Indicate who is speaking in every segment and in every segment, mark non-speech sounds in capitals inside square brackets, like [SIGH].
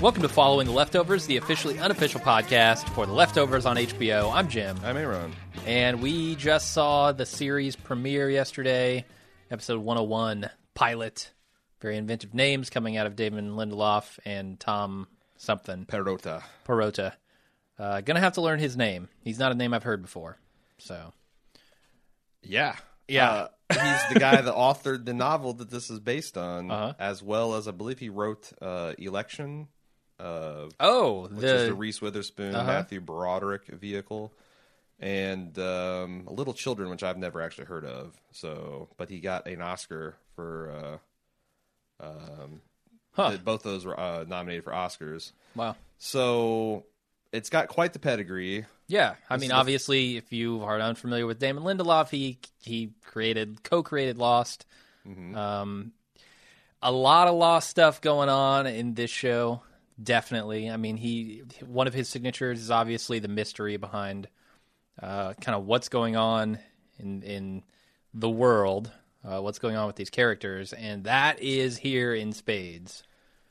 Speaker 1: Welcome to Following the Leftovers, the officially unofficial podcast for The Leftovers on HBO. I'm Jim,
Speaker 2: I'm Aaron.
Speaker 1: and we just saw the series premiere yesterday, episode 101, Pilot. Very inventive names coming out of David Lindelof and Tom something,
Speaker 2: Perota.
Speaker 1: Perota. Uh, gonna have to learn his name. He's not a name I've heard before. So,
Speaker 2: Yeah.
Speaker 1: Yeah.
Speaker 2: Uh, he's the guy that authored the novel that this is based on,
Speaker 1: Uh-huh.
Speaker 2: as well as I believe he wrote uh, Election, uh,
Speaker 1: oh,
Speaker 2: which is the
Speaker 1: the,
Speaker 2: Reese Witherspoon,
Speaker 1: Uh-huh.
Speaker 2: Matthew Broderick vehicle, and um, Little Children, which I've never actually heard of. So, but he got an Oscar for. Uh, um,
Speaker 1: Huh.
Speaker 2: th- both those were uh, nominated for Oscars.
Speaker 1: wow,
Speaker 2: So it's got quite the pedigree.
Speaker 1: yeah. I mean, obviously, if you are unfamiliar with Damon Lindelof, he he created co-created Lost. Um, a lot of lost stuff going on in this show. Definitely. I mean, he one of his signatures is obviously the mystery behind uh, kind of what's going on in in the world, uh, what's going on with these characters, and that is here in spades.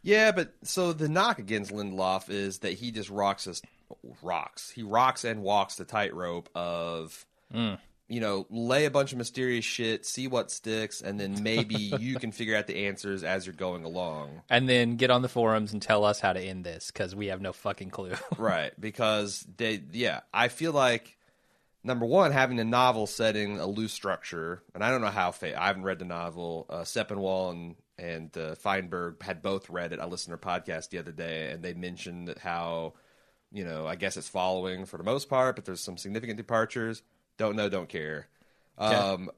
Speaker 2: Yeah, but so the knock against Lindelof is that he just rocks us rocks. He rocks and walks the tightrope of you know, lay a bunch of mysterious shit, see what sticks, and then maybe you can figure out the answers as you're going along.
Speaker 1: And then get on the forums and tell us how to end this because we have no fucking clue. [LAUGHS]
Speaker 2: Right, because they yeah, I feel like number one, having a novel setting a loose structure, and I don't know how fa- I haven't read the novel. Uh, Seppenwall and and uh, Feinberg had both read it. I listened to their podcast the other day, and they mentioned how you know I guess it's following for the most part, but there's some significant departures. Don't know, don't care. Um,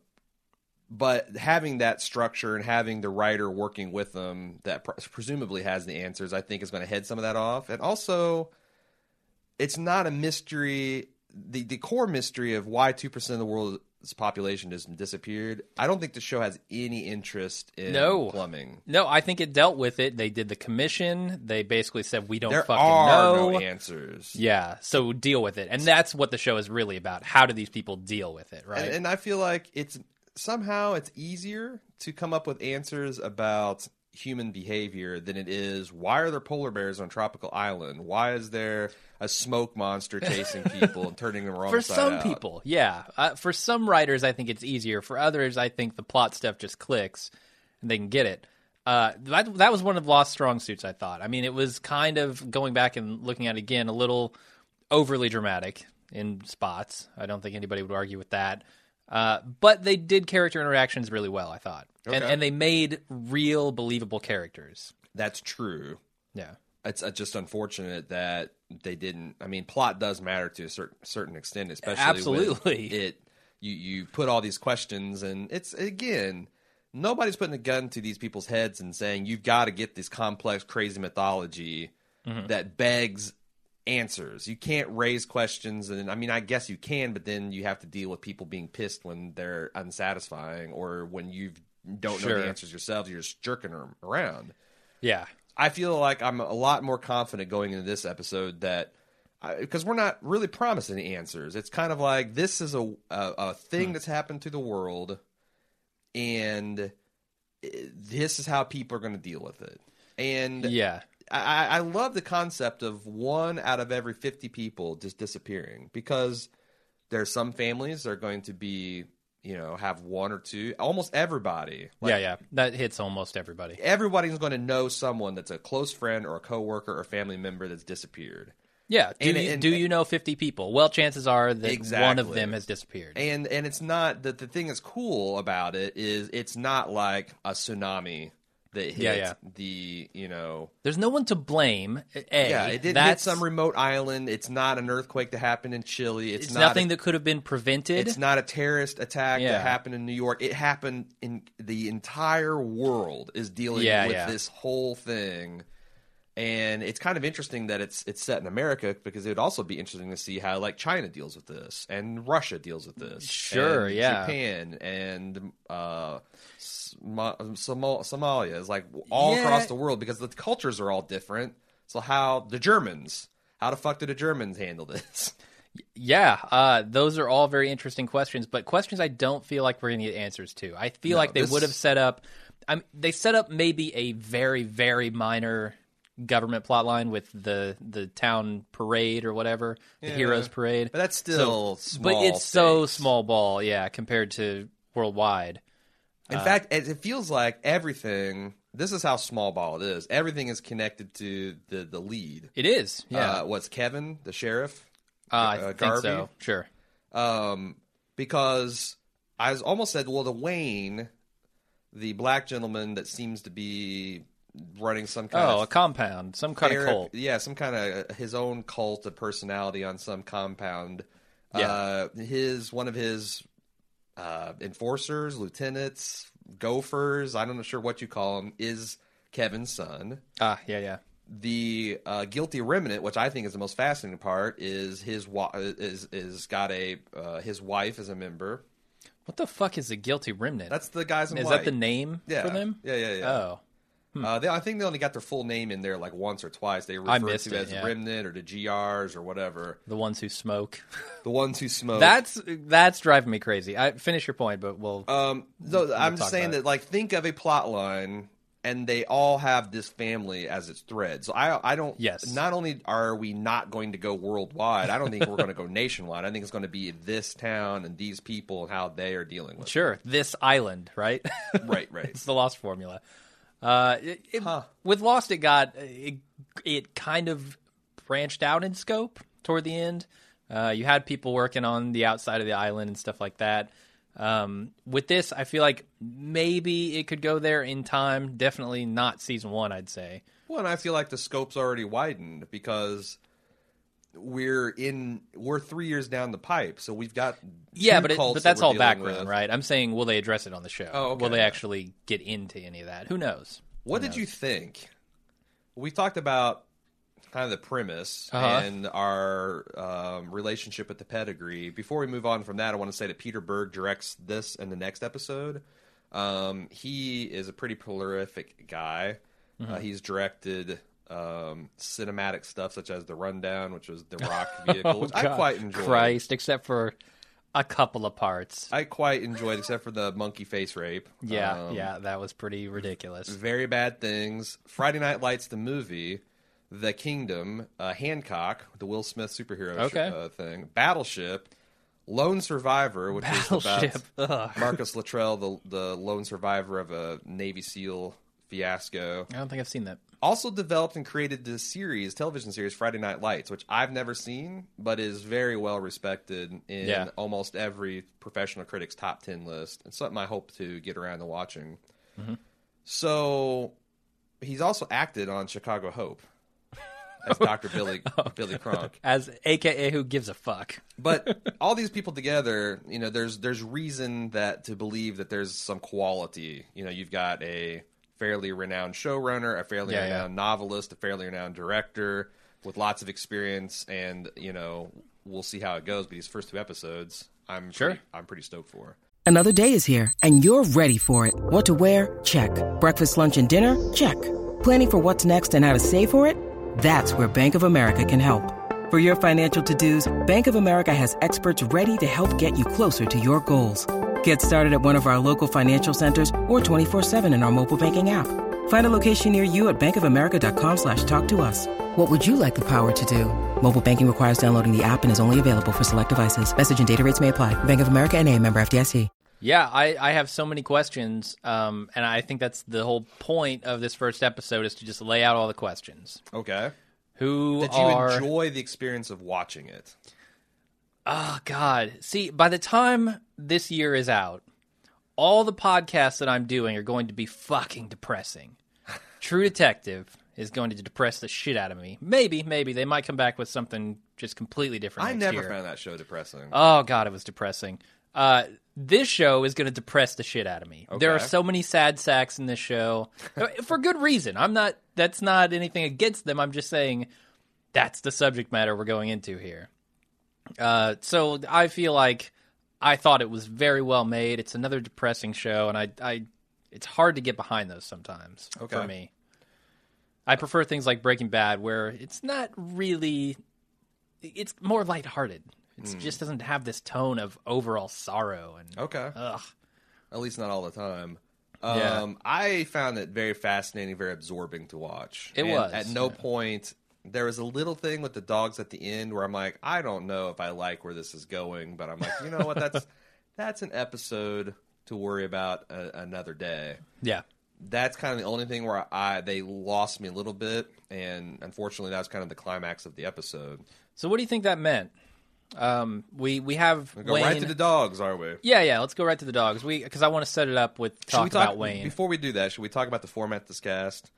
Speaker 2: But having that structure and having the writer working with them that pr- presumably has the answers, I think is going to head some of that off. And also, it's not a mystery. The the core mystery of why two percent of the world's population has disappeared. I don't think the show has any interest in
Speaker 1: No.
Speaker 2: plumbing.
Speaker 1: no, I think it dealt with it. They did the commission. They basically said, we don't
Speaker 2: There
Speaker 1: fucking
Speaker 2: are
Speaker 1: know.
Speaker 2: no answers.
Speaker 1: Yeah, so deal with it. And that's what the show is really about. How do these people deal with it, right?
Speaker 2: And, and I feel like it's somehow it's easier to come up with answers about human behavior than it is why are there polar bears on a tropical island? Why is there a smoke
Speaker 1: [LAUGHS]
Speaker 2: monster chasing people and turning them wrong
Speaker 1: for
Speaker 2: side
Speaker 1: some
Speaker 2: out?
Speaker 1: people, yeah. Uh, for some writers, I think it's easier. For others, I think the plot stuff just clicks and they can get it. Uh, that, that was one of Lost strong suits, I thought. I mean, it was kind of going back and looking at it again, a little overly dramatic in spots. I don't think anybody would argue with that. Uh, but they did character interactions really well, I thought. And,
Speaker 2: Okay.
Speaker 1: and they made real believable characters.
Speaker 2: That's true.
Speaker 1: Yeah.
Speaker 2: it's uh, just unfortunate that they didn't. I mean, plot does matter to a certain certain extent, especially when
Speaker 1: Absolutely. [LAUGHS]
Speaker 2: it you you put all these questions, and it's again nobody's putting a gun to these people's heads and saying you've got to get this complex, crazy mythology
Speaker 1: Mm-hmm.
Speaker 2: that begs answers. You can't raise questions, and I mean, I guess you can, but then you have to deal with people being pissed when they're unsatisfying or when you don't know
Speaker 1: Sure.
Speaker 2: the answers yourselves. You're just jerking them around.
Speaker 1: Yeah.
Speaker 2: I feel like I'm a lot more confident going into this episode that because we're not really promising answers. It's kind of like this is a a, a thing that's happened to the world, and i- this is how people are going to deal with it. And
Speaker 1: Yeah.
Speaker 2: I, I I love the concept of one out of every 50 people just disappearing because there's some families that are going to be, you know, have one or two, almost everybody. Like,
Speaker 1: yeah, yeah. That hits almost everybody.
Speaker 2: everybody's going to know someone that's a close friend or a coworker or family member that's disappeared.
Speaker 1: Yeah. Do,
Speaker 2: And-
Speaker 1: you,
Speaker 2: and-
Speaker 1: do you know 50 people? Well, chances are that one of
Speaker 2: Exactly.
Speaker 1: them has disappeared.
Speaker 2: And and it's not that the thing that's cool about it is it's not like a tsunami that hit
Speaker 1: Yeah, yeah.
Speaker 2: the you know
Speaker 1: There's no one to blame. A,
Speaker 2: yeah it didn't hit
Speaker 1: that's,
Speaker 2: some remote island. It's not an earthquake that happened in Chile. It's,
Speaker 1: It's
Speaker 2: not
Speaker 1: nothing
Speaker 2: a,
Speaker 1: that could have been prevented.
Speaker 2: It's not a terrorist attack
Speaker 1: Yeah.
Speaker 2: that happened in New York. It happened in the entire world is dealing
Speaker 1: Yeah,
Speaker 2: with
Speaker 1: yeah.
Speaker 2: this whole thing. And it's kind of interesting that it's it's set in America because it would also be interesting to see how like China deals with this and Russia deals with this.
Speaker 1: Sure,
Speaker 2: and
Speaker 1: yeah.
Speaker 2: Japan and uh, Somo- Somo- Somalia is like all
Speaker 1: Yeah.
Speaker 2: across the world because the cultures are all different. So how the Germans? How the fuck did the Germans handle this?
Speaker 1: Yeah, uh, those are all very interesting questions, but questions I don't feel like we're going to get answers to. I feel like they
Speaker 2: this-
Speaker 1: would have set up. I'm, they set up maybe a very very minor government plot line with the the town parade or whatever the heroes parade
Speaker 2: But that's still small.
Speaker 1: but it's so
Speaker 2: stakes.
Speaker 1: small ball yeah compared to worldwide
Speaker 2: In
Speaker 1: Uh,
Speaker 2: fact, it it feels like everything. This is how small ball it is. Everything is connected to the the lead.
Speaker 1: it is yeah
Speaker 2: Uh, what's Kevin, the sheriff?
Speaker 1: uh, i
Speaker 2: uh,
Speaker 1: think
Speaker 2: Garvey?
Speaker 1: so sure
Speaker 2: Um, because I was almost said, well, the Wayne, the black gentleman that seems to be running some kind
Speaker 1: oh a
Speaker 2: of
Speaker 1: compound some kind
Speaker 2: therap-
Speaker 1: of cult
Speaker 2: Yeah, some kind of his own cult of personality on some compound.
Speaker 1: Yeah.
Speaker 2: Uh, his one of his uh, enforcers, lieutenants, gophers. I'm not sure what you call him. Is Kevin's son
Speaker 1: ah yeah yeah
Speaker 2: the uh, guilty remnant, which I think is the most fascinating part, is his wa- is is got a uh, his wife is a member.
Speaker 1: what the fuck is the guilty remnant
Speaker 2: That's the guys in
Speaker 1: is
Speaker 2: white.
Speaker 1: that the name
Speaker 2: yeah.
Speaker 1: for them
Speaker 2: Yeah, yeah, yeah.
Speaker 1: oh
Speaker 2: Uh, they, I think they only got their full name in there like once or twice. They
Speaker 1: I
Speaker 2: referred to
Speaker 1: missed
Speaker 2: it
Speaker 1: it,
Speaker 2: as
Speaker 1: yeah.
Speaker 2: remnant or the GRs or whatever.
Speaker 1: the ones who smoke
Speaker 2: The ones who smoke.
Speaker 1: That's that's driving me crazy. I finish your point, but we'll
Speaker 2: um. So I'm just
Speaker 1: talk
Speaker 2: saying
Speaker 1: about it.
Speaker 2: that like think of a plot line, and they all have this family as its thread. So I I don't.
Speaker 1: Yes.
Speaker 2: Not only are we not going to go worldwide, I don't think we're going to go [LAUGHS] nationwide. I think it's going to be this town and these people and how they are dealing with.
Speaker 1: sure this island, [LAUGHS] right?
Speaker 2: [LAUGHS] it. Right. Right.
Speaker 1: it's the Lost formula. Uh, it, it-
Speaker 2: Huh.
Speaker 1: With Lost, it got it, it kind of branched out in scope toward the end. Uh, you had people working on the outside of the island and stuff like that. Um, with this, I feel like maybe it could go there in time. Definitely not season one, I'd say.
Speaker 2: Well, and I feel like the scope's already widened because we're in we're three years down the pipe, so we've got
Speaker 1: Yeah,
Speaker 2: two
Speaker 1: but it,
Speaker 2: cults
Speaker 1: but
Speaker 2: that
Speaker 1: that's
Speaker 2: we're
Speaker 1: all
Speaker 2: dealing
Speaker 1: background,
Speaker 2: with.
Speaker 1: right? I'm saying, will they address it on the show?
Speaker 2: Oh, okay,
Speaker 1: will they
Speaker 2: yeah.
Speaker 1: actually get into any of that? Who knows?
Speaker 2: What did you think? We talked about kind of the premise
Speaker 1: Uh-huh.
Speaker 2: and our um, relationship with the pedigree. Before we move on from that, I want to say that Peter Berg directs this and the next episode. Um, he is a pretty prolific guy.
Speaker 1: Mm-hmm.
Speaker 2: Uh, he's directed um, cinematic stuff such as The Rundown, which was
Speaker 1: [LAUGHS]
Speaker 2: the rock vehicle, which I
Speaker 1: Oh, God,
Speaker 2: quite enjoyed.
Speaker 1: Christ, except for a couple of parts.
Speaker 2: I quite enjoyed, except for the monkey face rape.
Speaker 1: Yeah,
Speaker 2: Um, Mm.
Speaker 1: yeah, that was pretty ridiculous.
Speaker 2: Very Bad Things, Friday Night Lights, the movie, The Kingdom, uh, Hancock, the Will Smith superhero sh-
Speaker 1: Okay.
Speaker 2: uh, thing, Battleship, Lone Survivor, which
Speaker 1: Battleship. [LAUGHS]
Speaker 2: is
Speaker 1: Ugh.
Speaker 2: about Marcus Luttrell, the, the lone survivor of a Navy SEAL fiasco.
Speaker 1: I don't think I've seen that.
Speaker 2: Also developed and created the series, television series, Friday Night Lights, which I've never seen, but is very well respected in
Speaker 1: Yeah.
Speaker 2: almost every professional critic's top 10 list. And something I hope to get around to watching. So he's also acted on Chicago Hope as Dr. Billy Billy Cronk.
Speaker 1: As AKA, who gives a fuck? [LAUGHS]
Speaker 2: But all these people together, you know, there's there's reason that to believe that there's some quality. You know, you've got a fairly renowned showrunner, a fairly
Speaker 1: Yeah, yeah.
Speaker 2: renowned novelist, a fairly renowned director with lots of experience, and you know, we'll see how it goes. But these first two episodes, I'm
Speaker 1: Sure.
Speaker 2: pretty- I'm pretty stoked for.
Speaker 3: Another day is here, and you're ready for it. What to wear? Check. Breakfast, lunch, and dinner? Check. Planning for what's next and how to save for it? That's where Bank of America can help. For your financial to dos, Bank of America has experts ready to help get you closer to your goals. Get started at one of our local financial centers or 24-7 in our mobile banking app. Find a location near you at bankofamerica.com slash talk to us. What would you like the power to do? Mobile banking requires downloading the app and is only available for select devices. Message and data rates may apply. Bank of America and a member FDIC.
Speaker 1: Yeah, I, I have so many questions, um, and I think that's the whole point of this first episode is to just lay out all the questions.
Speaker 2: Okay.
Speaker 1: Who
Speaker 2: Did you
Speaker 1: are?
Speaker 2: enjoy the experience of watching it?
Speaker 1: Oh God! See, by the time
Speaker 2: [LAUGHS]
Speaker 1: this year is out, all the podcasts that I'm doing are going to be fucking depressing. True Detective is going to depress the shit out of me. Maybe, maybe they might come back with something just completely different.
Speaker 2: I
Speaker 1: next
Speaker 2: never
Speaker 1: year.
Speaker 2: found that show depressing.
Speaker 1: Oh god, it was depressing. Uh, this show is going to depress the shit out of me. There are
Speaker 2: Okay.
Speaker 1: so many sad sacks in this
Speaker 2: [LAUGHS]
Speaker 1: show Uh, for good reason. I'm not. That's not anything against them. I'm just saying that's the subject matter we're going into here. Uh, so I feel like I thought it was very well made. It's another depressing show, and I, I it's hard to get behind those sometimes for
Speaker 2: Okay.
Speaker 1: me. I prefer things like Breaking Bad, where it's not really it's more lighthearted. It
Speaker 2: Hmm.
Speaker 1: just doesn't have this tone of overall sorrow and
Speaker 2: okay.
Speaker 1: ugh.
Speaker 2: At least not all the time. Um,
Speaker 1: Yeah.
Speaker 2: I found it very fascinating, very absorbing to watch.
Speaker 1: It
Speaker 2: And
Speaker 1: was,
Speaker 2: At no
Speaker 1: yeah.
Speaker 2: point there was a little thing with the dogs at the end where I'm like, I don't know if I like where this is going, but I'm like, you know what? That's [LAUGHS] that's an episode to worry about a, another day.
Speaker 1: Yeah.
Speaker 2: That's kind of the only thing where I they lost me a little bit, and unfortunately, that was kind of the climax of the episode.
Speaker 1: So what do you think that meant? Um, we we have
Speaker 2: We go
Speaker 1: Wayne.
Speaker 2: right to the dogs, are we?
Speaker 1: yeah, yeah. Let's go right to the dogs. We because I want to set it up with
Speaker 2: Should
Speaker 1: talk,
Speaker 2: we talk
Speaker 1: about Wayne.
Speaker 2: Before we do that, should we talk about the format of this cast?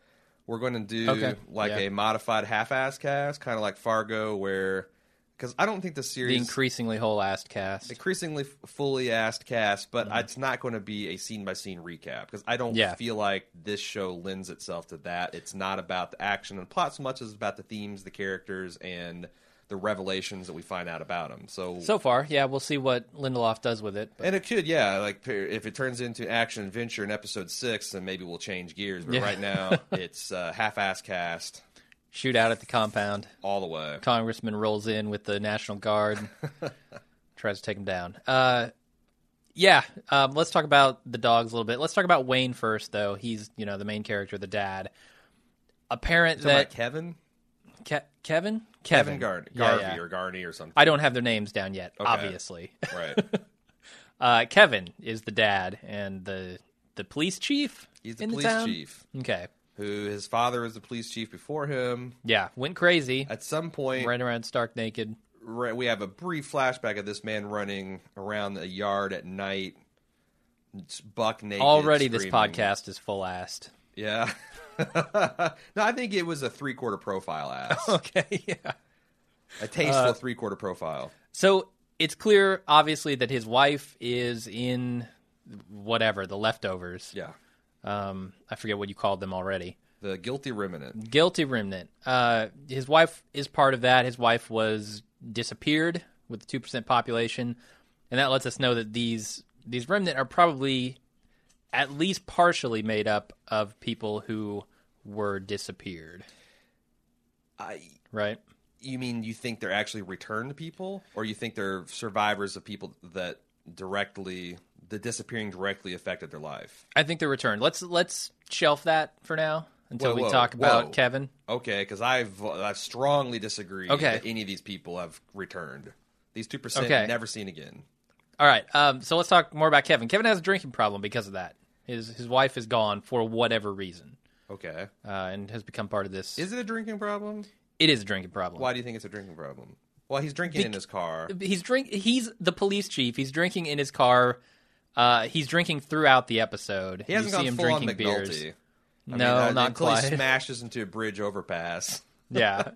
Speaker 2: We're going to do
Speaker 1: Okay,
Speaker 2: like
Speaker 1: yeah.
Speaker 2: a modified half-ass cast, kind of like Fargo, where because I don't think the
Speaker 1: the
Speaker 2: series
Speaker 1: increasingly whole ass cast.
Speaker 2: increasingly f- fully assed cast, but it's not going to be a scene by scene recap because I don't
Speaker 1: Mm-hmm. Yeah.
Speaker 2: feel like this show lends itself to that. It's not about the action and plot so much as about the themes, the characters, and the revelations that we find out about them.
Speaker 1: So far, yeah, we'll see what Lindelof does with it. but-
Speaker 2: And it could, yeah. Like per- if it turns into action adventure in episode six, then maybe we'll change gears. But
Speaker 1: Yeah. [LAUGHS]
Speaker 2: right now, it's uh, half-ass cast
Speaker 1: shoot out at the compound.
Speaker 2: all the way.
Speaker 1: Congressman rolls in with the National Guard,
Speaker 2: [LAUGHS]
Speaker 1: tries to take him down. Uh, yeah, um, let's talk about the dogs a little bit. Let's talk about Wayne first, though. He's you know the main character, the dad. Apparent
Speaker 2: Talking about
Speaker 1: that
Speaker 2: Kevin,
Speaker 1: Ke- Kevin,
Speaker 2: Kevin Gar-
Speaker 1: Yeah,
Speaker 2: Garvey
Speaker 1: yeah.
Speaker 2: or Garney
Speaker 1: [LAUGHS]
Speaker 2: or something,
Speaker 1: I don't have their names down yet, obviously.
Speaker 2: right?
Speaker 1: Uh, Kevin is the dad and the the police chief.
Speaker 2: He's the
Speaker 1: in
Speaker 2: police
Speaker 1: town?
Speaker 2: chief,
Speaker 1: Okay,
Speaker 2: who his father was the police chief before him.
Speaker 1: yeah, went crazy,
Speaker 2: At some point,
Speaker 1: ran around stark naked.
Speaker 2: right, we have a brief flashback of this man running around a yard at night, s- buck naked.
Speaker 1: Already, this
Speaker 2: screaming.
Speaker 1: podcast is full
Speaker 2: [LAUGHS]
Speaker 1: assed.
Speaker 2: yeah. no, I think it was a three-quarter profile
Speaker 1: [LAUGHS]
Speaker 2: ass,
Speaker 1: Okay, yeah.
Speaker 2: a tasteful
Speaker 1: Uh,
Speaker 2: three-quarter profile.
Speaker 1: So it's clear, obviously, that his wife is in whatever the leftovers.
Speaker 2: Yeah.
Speaker 1: Um, I forget what you called them already.
Speaker 2: The guilty remnant.
Speaker 1: Guilty remnant. Uh, his wife is part of that. His wife was disappeared with the two percent population, and that lets us know that these these remnant are probably at least partially made up of people who were disappeared.
Speaker 2: I,
Speaker 1: Right.
Speaker 2: you mean you think they're actually returned people, or you think they're survivors of people that directly the disappearing directly affected their life?
Speaker 1: I think they're returned. Let's let's shelf that for now until
Speaker 2: Whoa,
Speaker 1: we
Speaker 2: whoa,
Speaker 1: talk about
Speaker 2: whoa.
Speaker 1: Kevin.
Speaker 2: Okay, because I've I strongly disagree
Speaker 1: Okay.
Speaker 2: that any of these people have returned. These two percent
Speaker 1: Okay.
Speaker 2: never seen again.
Speaker 1: All right. Um, so let's talk more about Kevin. Kevin has a drinking problem because of that. His his wife is gone for whatever reason,
Speaker 2: Okay,
Speaker 1: uh, and has become part of this.
Speaker 2: is it a drinking problem?
Speaker 1: it is a drinking problem.
Speaker 2: Why do you think it's a drinking problem? Well, he's drinking in his car.
Speaker 1: He's drink. He's the police chief. He's drinking in his car. Uh, he's drinking throughout the episode.
Speaker 2: He hasn't
Speaker 1: you see
Speaker 2: gone
Speaker 1: him
Speaker 2: full on
Speaker 1: drinking
Speaker 2: McNulty.
Speaker 1: beers.
Speaker 2: I mean,
Speaker 1: no,
Speaker 2: uh,
Speaker 1: not
Speaker 2: until he
Speaker 1: quite. [LAUGHS]
Speaker 2: smashes into a bridge overpass.
Speaker 1: yeah.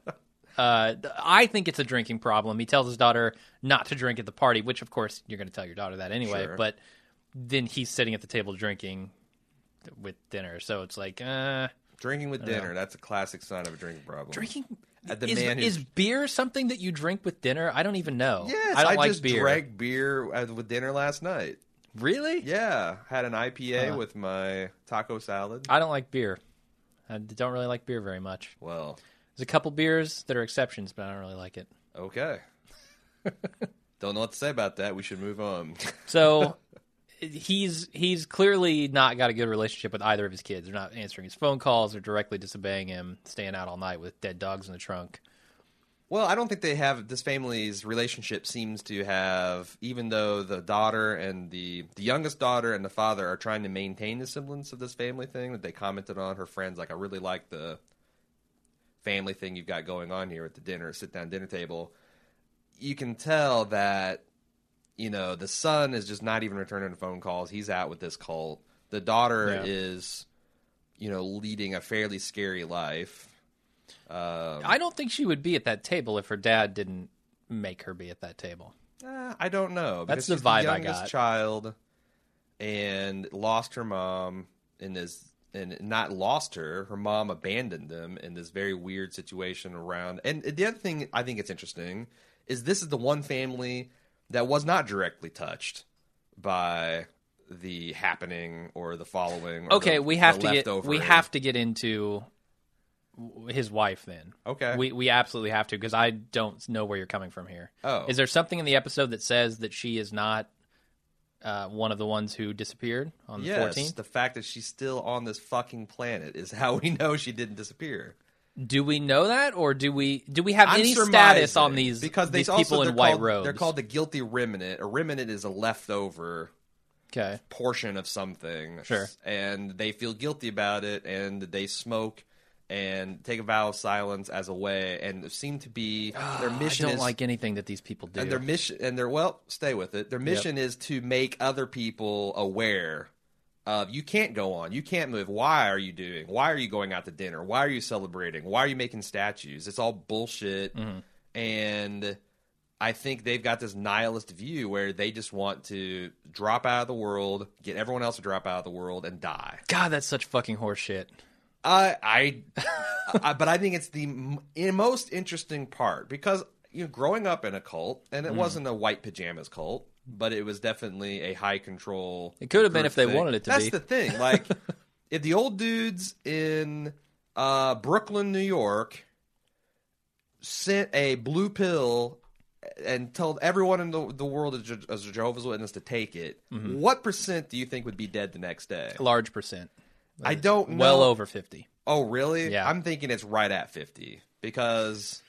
Speaker 1: Uh, th- I think it's a drinking problem. He tells his daughter not to drink at the party, which of course you're going to tell your daughter that anyway.
Speaker 2: Sure.
Speaker 1: But then he's sitting at the table drinking with dinner, so it's like, uh,
Speaker 2: Drinking with dinner—that's a classic sign of a drinking problem.
Speaker 1: drinking
Speaker 2: Uh, the
Speaker 1: is,
Speaker 2: man
Speaker 1: is
Speaker 2: who's-
Speaker 1: beer something that you drink with dinner? I don't even know.
Speaker 2: Yes,
Speaker 1: I don't like
Speaker 2: just
Speaker 1: beer.
Speaker 2: drank beer at- with dinner last night.
Speaker 1: Really?
Speaker 2: Yeah, had an
Speaker 1: Uh-huh.
Speaker 2: IPA with my taco salad.
Speaker 1: I don't like beer. I don't really like beer very much.
Speaker 2: well,
Speaker 1: There's a couple beers that are exceptions, but I don't really like it.
Speaker 2: okay.
Speaker 1: [LAUGHS]
Speaker 2: Don't know what to say about that. We should move on. [LAUGHS]
Speaker 1: So he's he's clearly not got a good relationship with either of his kids. They're not answering his phone calls. They're directly disobeying him, staying out all night with dead dogs in the trunk.
Speaker 2: well, I don't think they have this family's relationship seems to have even though the daughter and the the youngest daughter and the father are trying to maintain the semblance of this family thing that they commented on her friends like I really like the family thing you've got going on here at the dinner sit down dinner table. You can tell that you know, the son is just not even returning phone calls. He's out with this cult. The daughter
Speaker 1: Yeah.
Speaker 2: is, you know, leading a fairly scary life. Um,
Speaker 1: I don't think she would be at that table if her dad didn't make her be at that table.
Speaker 2: Uh, I don't know.
Speaker 1: That's
Speaker 2: because
Speaker 1: the
Speaker 2: she's
Speaker 1: vibe I
Speaker 2: youngest
Speaker 1: got.
Speaker 2: Child, and lost her mom, and is and not lost her. Her mom abandoned them in this very weird situation around. And the other thing I think it's interesting is this is the one family that was not directly touched by the happening or the following. Or
Speaker 1: Okay,
Speaker 2: the-
Speaker 1: we have
Speaker 2: the
Speaker 1: to get we
Speaker 2: leftovering.
Speaker 1: have to get into w- his wife then.
Speaker 2: Okay.
Speaker 1: We we absolutely have to because I don't know where you're coming from here.
Speaker 2: Oh.
Speaker 1: Is there something in the episode that says that she is not uh, one of the ones who disappeared on the
Speaker 2: Yes,
Speaker 1: 14th?
Speaker 2: the fact that she's still on this fucking planet is how we know she didn't disappear.
Speaker 1: Do we know that, or do we do we have
Speaker 2: I'm
Speaker 1: any
Speaker 2: surmising,
Speaker 1: status on these
Speaker 2: because they
Speaker 1: these
Speaker 2: also-
Speaker 1: people
Speaker 2: they're
Speaker 1: in white
Speaker 2: called,
Speaker 1: robes?
Speaker 2: They're called the guilty remnant. A remnant is a leftover
Speaker 1: okay.
Speaker 2: portion of something.
Speaker 1: Sure.
Speaker 2: and they feel guilty about it, and they smoke and take a vow of silence as a way, and seem
Speaker 1: [GASPS]
Speaker 2: to be their mission
Speaker 1: I don't
Speaker 2: is
Speaker 1: like anything that these people do.
Speaker 2: and their mission and their well, stay with it. Their mission is to make other people aware of you can't go on, you can't move. Why are you doing? Why are you going out to dinner? Why are you celebrating? Why are you making statues? It's all bullshit. And I think they've got this nihilist view where they just want to drop out of the world, get everyone else to drop out of the world, and die.
Speaker 1: God, that's such fucking horseshit.
Speaker 2: Uh, I, I, but I think it's the m- in- most interesting part because you know, growing up in a cult, and
Speaker 1: Mm.
Speaker 2: it wasn't a white pajamas cult, but it was definitely a high control.
Speaker 1: It could have been
Speaker 2: group
Speaker 1: if they
Speaker 2: thing.
Speaker 1: wanted it to
Speaker 2: That's
Speaker 1: be.
Speaker 2: the thing.
Speaker 1: [LAUGHS]
Speaker 2: Like, if the old dudes in uh, Brooklyn, New York, sent a blue pill and told everyone in the, the world as, Je- as a Jehovah's Witness to take it,
Speaker 1: Mm-hmm.
Speaker 2: what percent do you think would be dead the next day?
Speaker 1: Large percent,
Speaker 2: I don't know.
Speaker 1: well over fifty.
Speaker 2: Oh, really?
Speaker 1: Yeah.
Speaker 2: I'm thinking it's right at 50 because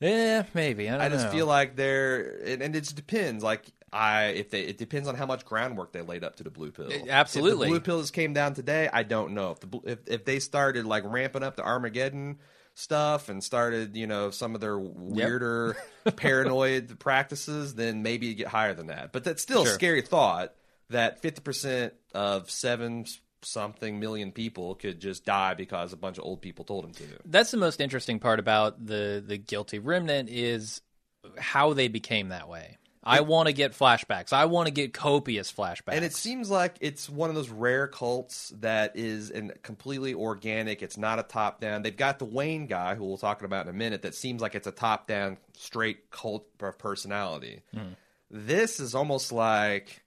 Speaker 1: Yeah, maybe. I, don't
Speaker 2: I just
Speaker 1: know.
Speaker 2: feel like they're, and, and it just depends. Like, I, if they, it depends on how much groundwork they laid up to the blue pill.
Speaker 1: absolutely.
Speaker 2: If the blue pills came down today, I don't know. If the, bl- if, if they started like ramping up the Armageddon stuff and started, you know, some of
Speaker 1: [LAUGHS]
Speaker 2: their weirder paranoid practices, then maybe you get higher than that. But that's still a
Speaker 1: Sure.
Speaker 2: scary thought that 50% of seven something million people could just die because a bunch of old people told them to.
Speaker 1: that's the most interesting part about the the guilty remnant is how they became that way. I want to get flashbacks. I want to get copious flashbacks.
Speaker 2: And it seems like it's one of those rare cults that is an completely organic. It's not a top down. They've got the Wayne guy, who we'll talk about in a minute, that seems like it's a top down, straight cult of personality.
Speaker 1: Hmm.
Speaker 2: This is almost like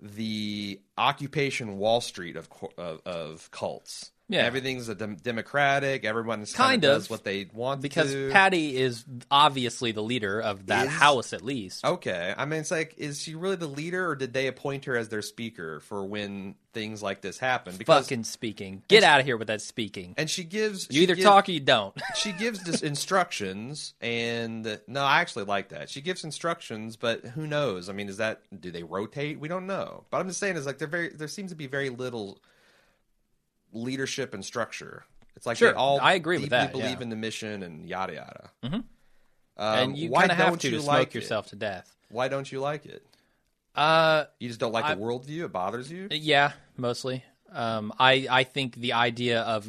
Speaker 2: the occupation Wall Street of co- of, of cults.
Speaker 1: Yeah.
Speaker 2: everything's a dem- democratic. Everyone's
Speaker 1: Kind
Speaker 2: kind
Speaker 1: of.
Speaker 2: of does what they want
Speaker 1: because
Speaker 2: to.
Speaker 1: Patty is obviously the leader of that
Speaker 2: Is- Oh,
Speaker 1: house, at least.
Speaker 2: Okay. I mean, it's like, is she really the leader, or did they appoint her as their speaker for when things like this happen?
Speaker 1: Fucking speaking, get out of here with that speaking.
Speaker 2: and she gives
Speaker 1: You
Speaker 2: she
Speaker 1: either
Speaker 2: gives-
Speaker 1: talk or you don't.
Speaker 2: She gives dis- instructions, and no, I actually like that. She gives instructions, but who knows? I mean, is that do they rotate? We don't know. But I'm just saying, is like there very there seems to be very little leadership and structure. It's like
Speaker 1: Sure.
Speaker 2: they all
Speaker 1: I agree with
Speaker 2: deeply
Speaker 1: that,
Speaker 2: Believe
Speaker 1: yeah. Mm-hmm.
Speaker 2: in the mission and yada yada. Um,
Speaker 1: and you
Speaker 2: why
Speaker 1: kind of have
Speaker 2: don't
Speaker 1: to
Speaker 2: you
Speaker 1: to smoke
Speaker 2: like it?
Speaker 1: yourself to death.
Speaker 2: Why don't you like it?
Speaker 1: Uh,
Speaker 2: You just don't like the worldview. It bothers you.
Speaker 1: yeah, mostly. Um, I I think the idea of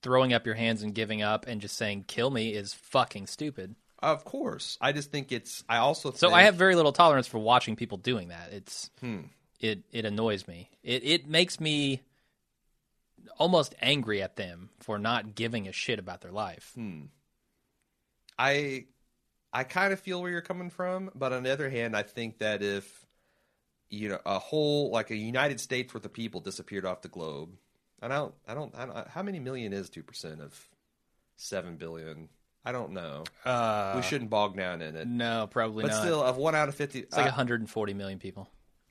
Speaker 1: throwing up your hands and giving up and just saying "kill me" is fucking stupid.
Speaker 2: Of course. I just think it's. I also
Speaker 1: So
Speaker 2: think,
Speaker 1: I have very little tolerance for watching people doing that. It's
Speaker 2: Hmm.
Speaker 1: it it annoys me. It it makes me almost angry at them for not giving a shit about their life.
Speaker 2: Hmm. I I kind of feel where you're coming from, but on the other hand, I think that if you know a whole like a United States worth of people disappeared off the globe, and I don't I don't, I don't how many million is two percent of seven billion? I don't know.
Speaker 1: Uh,
Speaker 2: we shouldn't bog down in it,
Speaker 1: no, probably
Speaker 2: but
Speaker 1: not.
Speaker 2: still, of one out of fifty,
Speaker 1: it's like
Speaker 2: uh,
Speaker 1: 140 million people.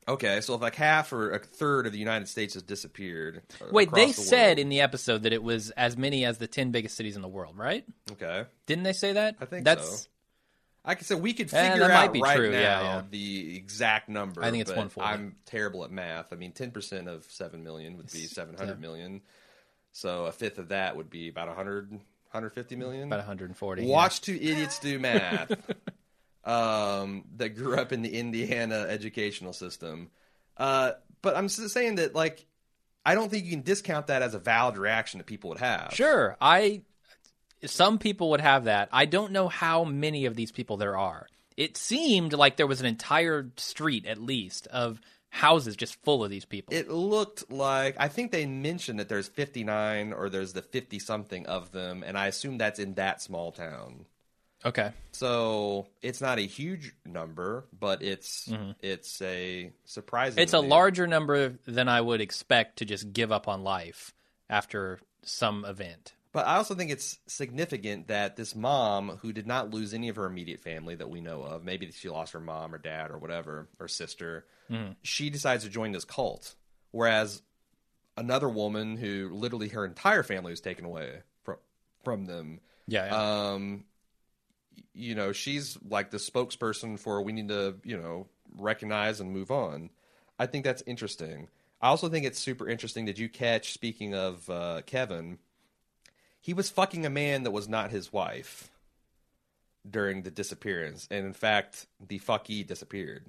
Speaker 2: okay. So if like half or a third of the United States has disappeared, a-
Speaker 1: Wait,
Speaker 2: across
Speaker 1: they
Speaker 2: the
Speaker 1: said
Speaker 2: world-
Speaker 1: in the episode that it was as many as the 10 biggest cities in the world, right?
Speaker 2: okay.
Speaker 1: Didn't they say that?
Speaker 2: I think
Speaker 1: that's
Speaker 2: so. I could say we could
Speaker 1: Eh,
Speaker 2: figure
Speaker 1: that
Speaker 2: out
Speaker 1: might be
Speaker 2: right
Speaker 1: true,
Speaker 2: now
Speaker 1: yeah, yeah.
Speaker 2: the exact number.
Speaker 1: I think it's
Speaker 2: but
Speaker 1: 140.
Speaker 2: I'm terrible at math. I mean, ten percent of seven million would be seven hundred million. So a fifth of that would be about 100, 150 million.
Speaker 1: about 140. yeah.
Speaker 2: Watch two idiots do math. [LAUGHS] um, that grew up in the Indiana educational system. Uh, but I'm s- saying that like I don't think you can discount that as a valid reaction that people would have.
Speaker 1: Sure, I some people would have that. I don't know how many of these people there are. It seemed like there was an entire street at least of houses just full of these people.
Speaker 2: It looked like I think they mentioned that there's 59 or there's the 50 something of them, and I assume that's in that small town.
Speaker 1: okay.
Speaker 2: So it's not a huge number, but it's it's a surprising.
Speaker 1: Mm-hmm. It's a larger number than I would expect to just give up on life after some event.
Speaker 2: But I also think it's significant that this mom, who did not lose any of her immediate family that we know of, maybe she lost her mom or dad or whatever, or sister, she decides to join this cult. Whereas another woman who literally her entire family was taken away from, from them,
Speaker 1: Yeah. yeah.
Speaker 2: um, you know, she's like the spokesperson for we need to, you know, recognize and move on. I think that's interesting. I also think it's super interesting. Did you catch, speaking of uh, Kevin, he was fucking a man that was not his wife during the disappearance. And in fact, the fucky disappeared.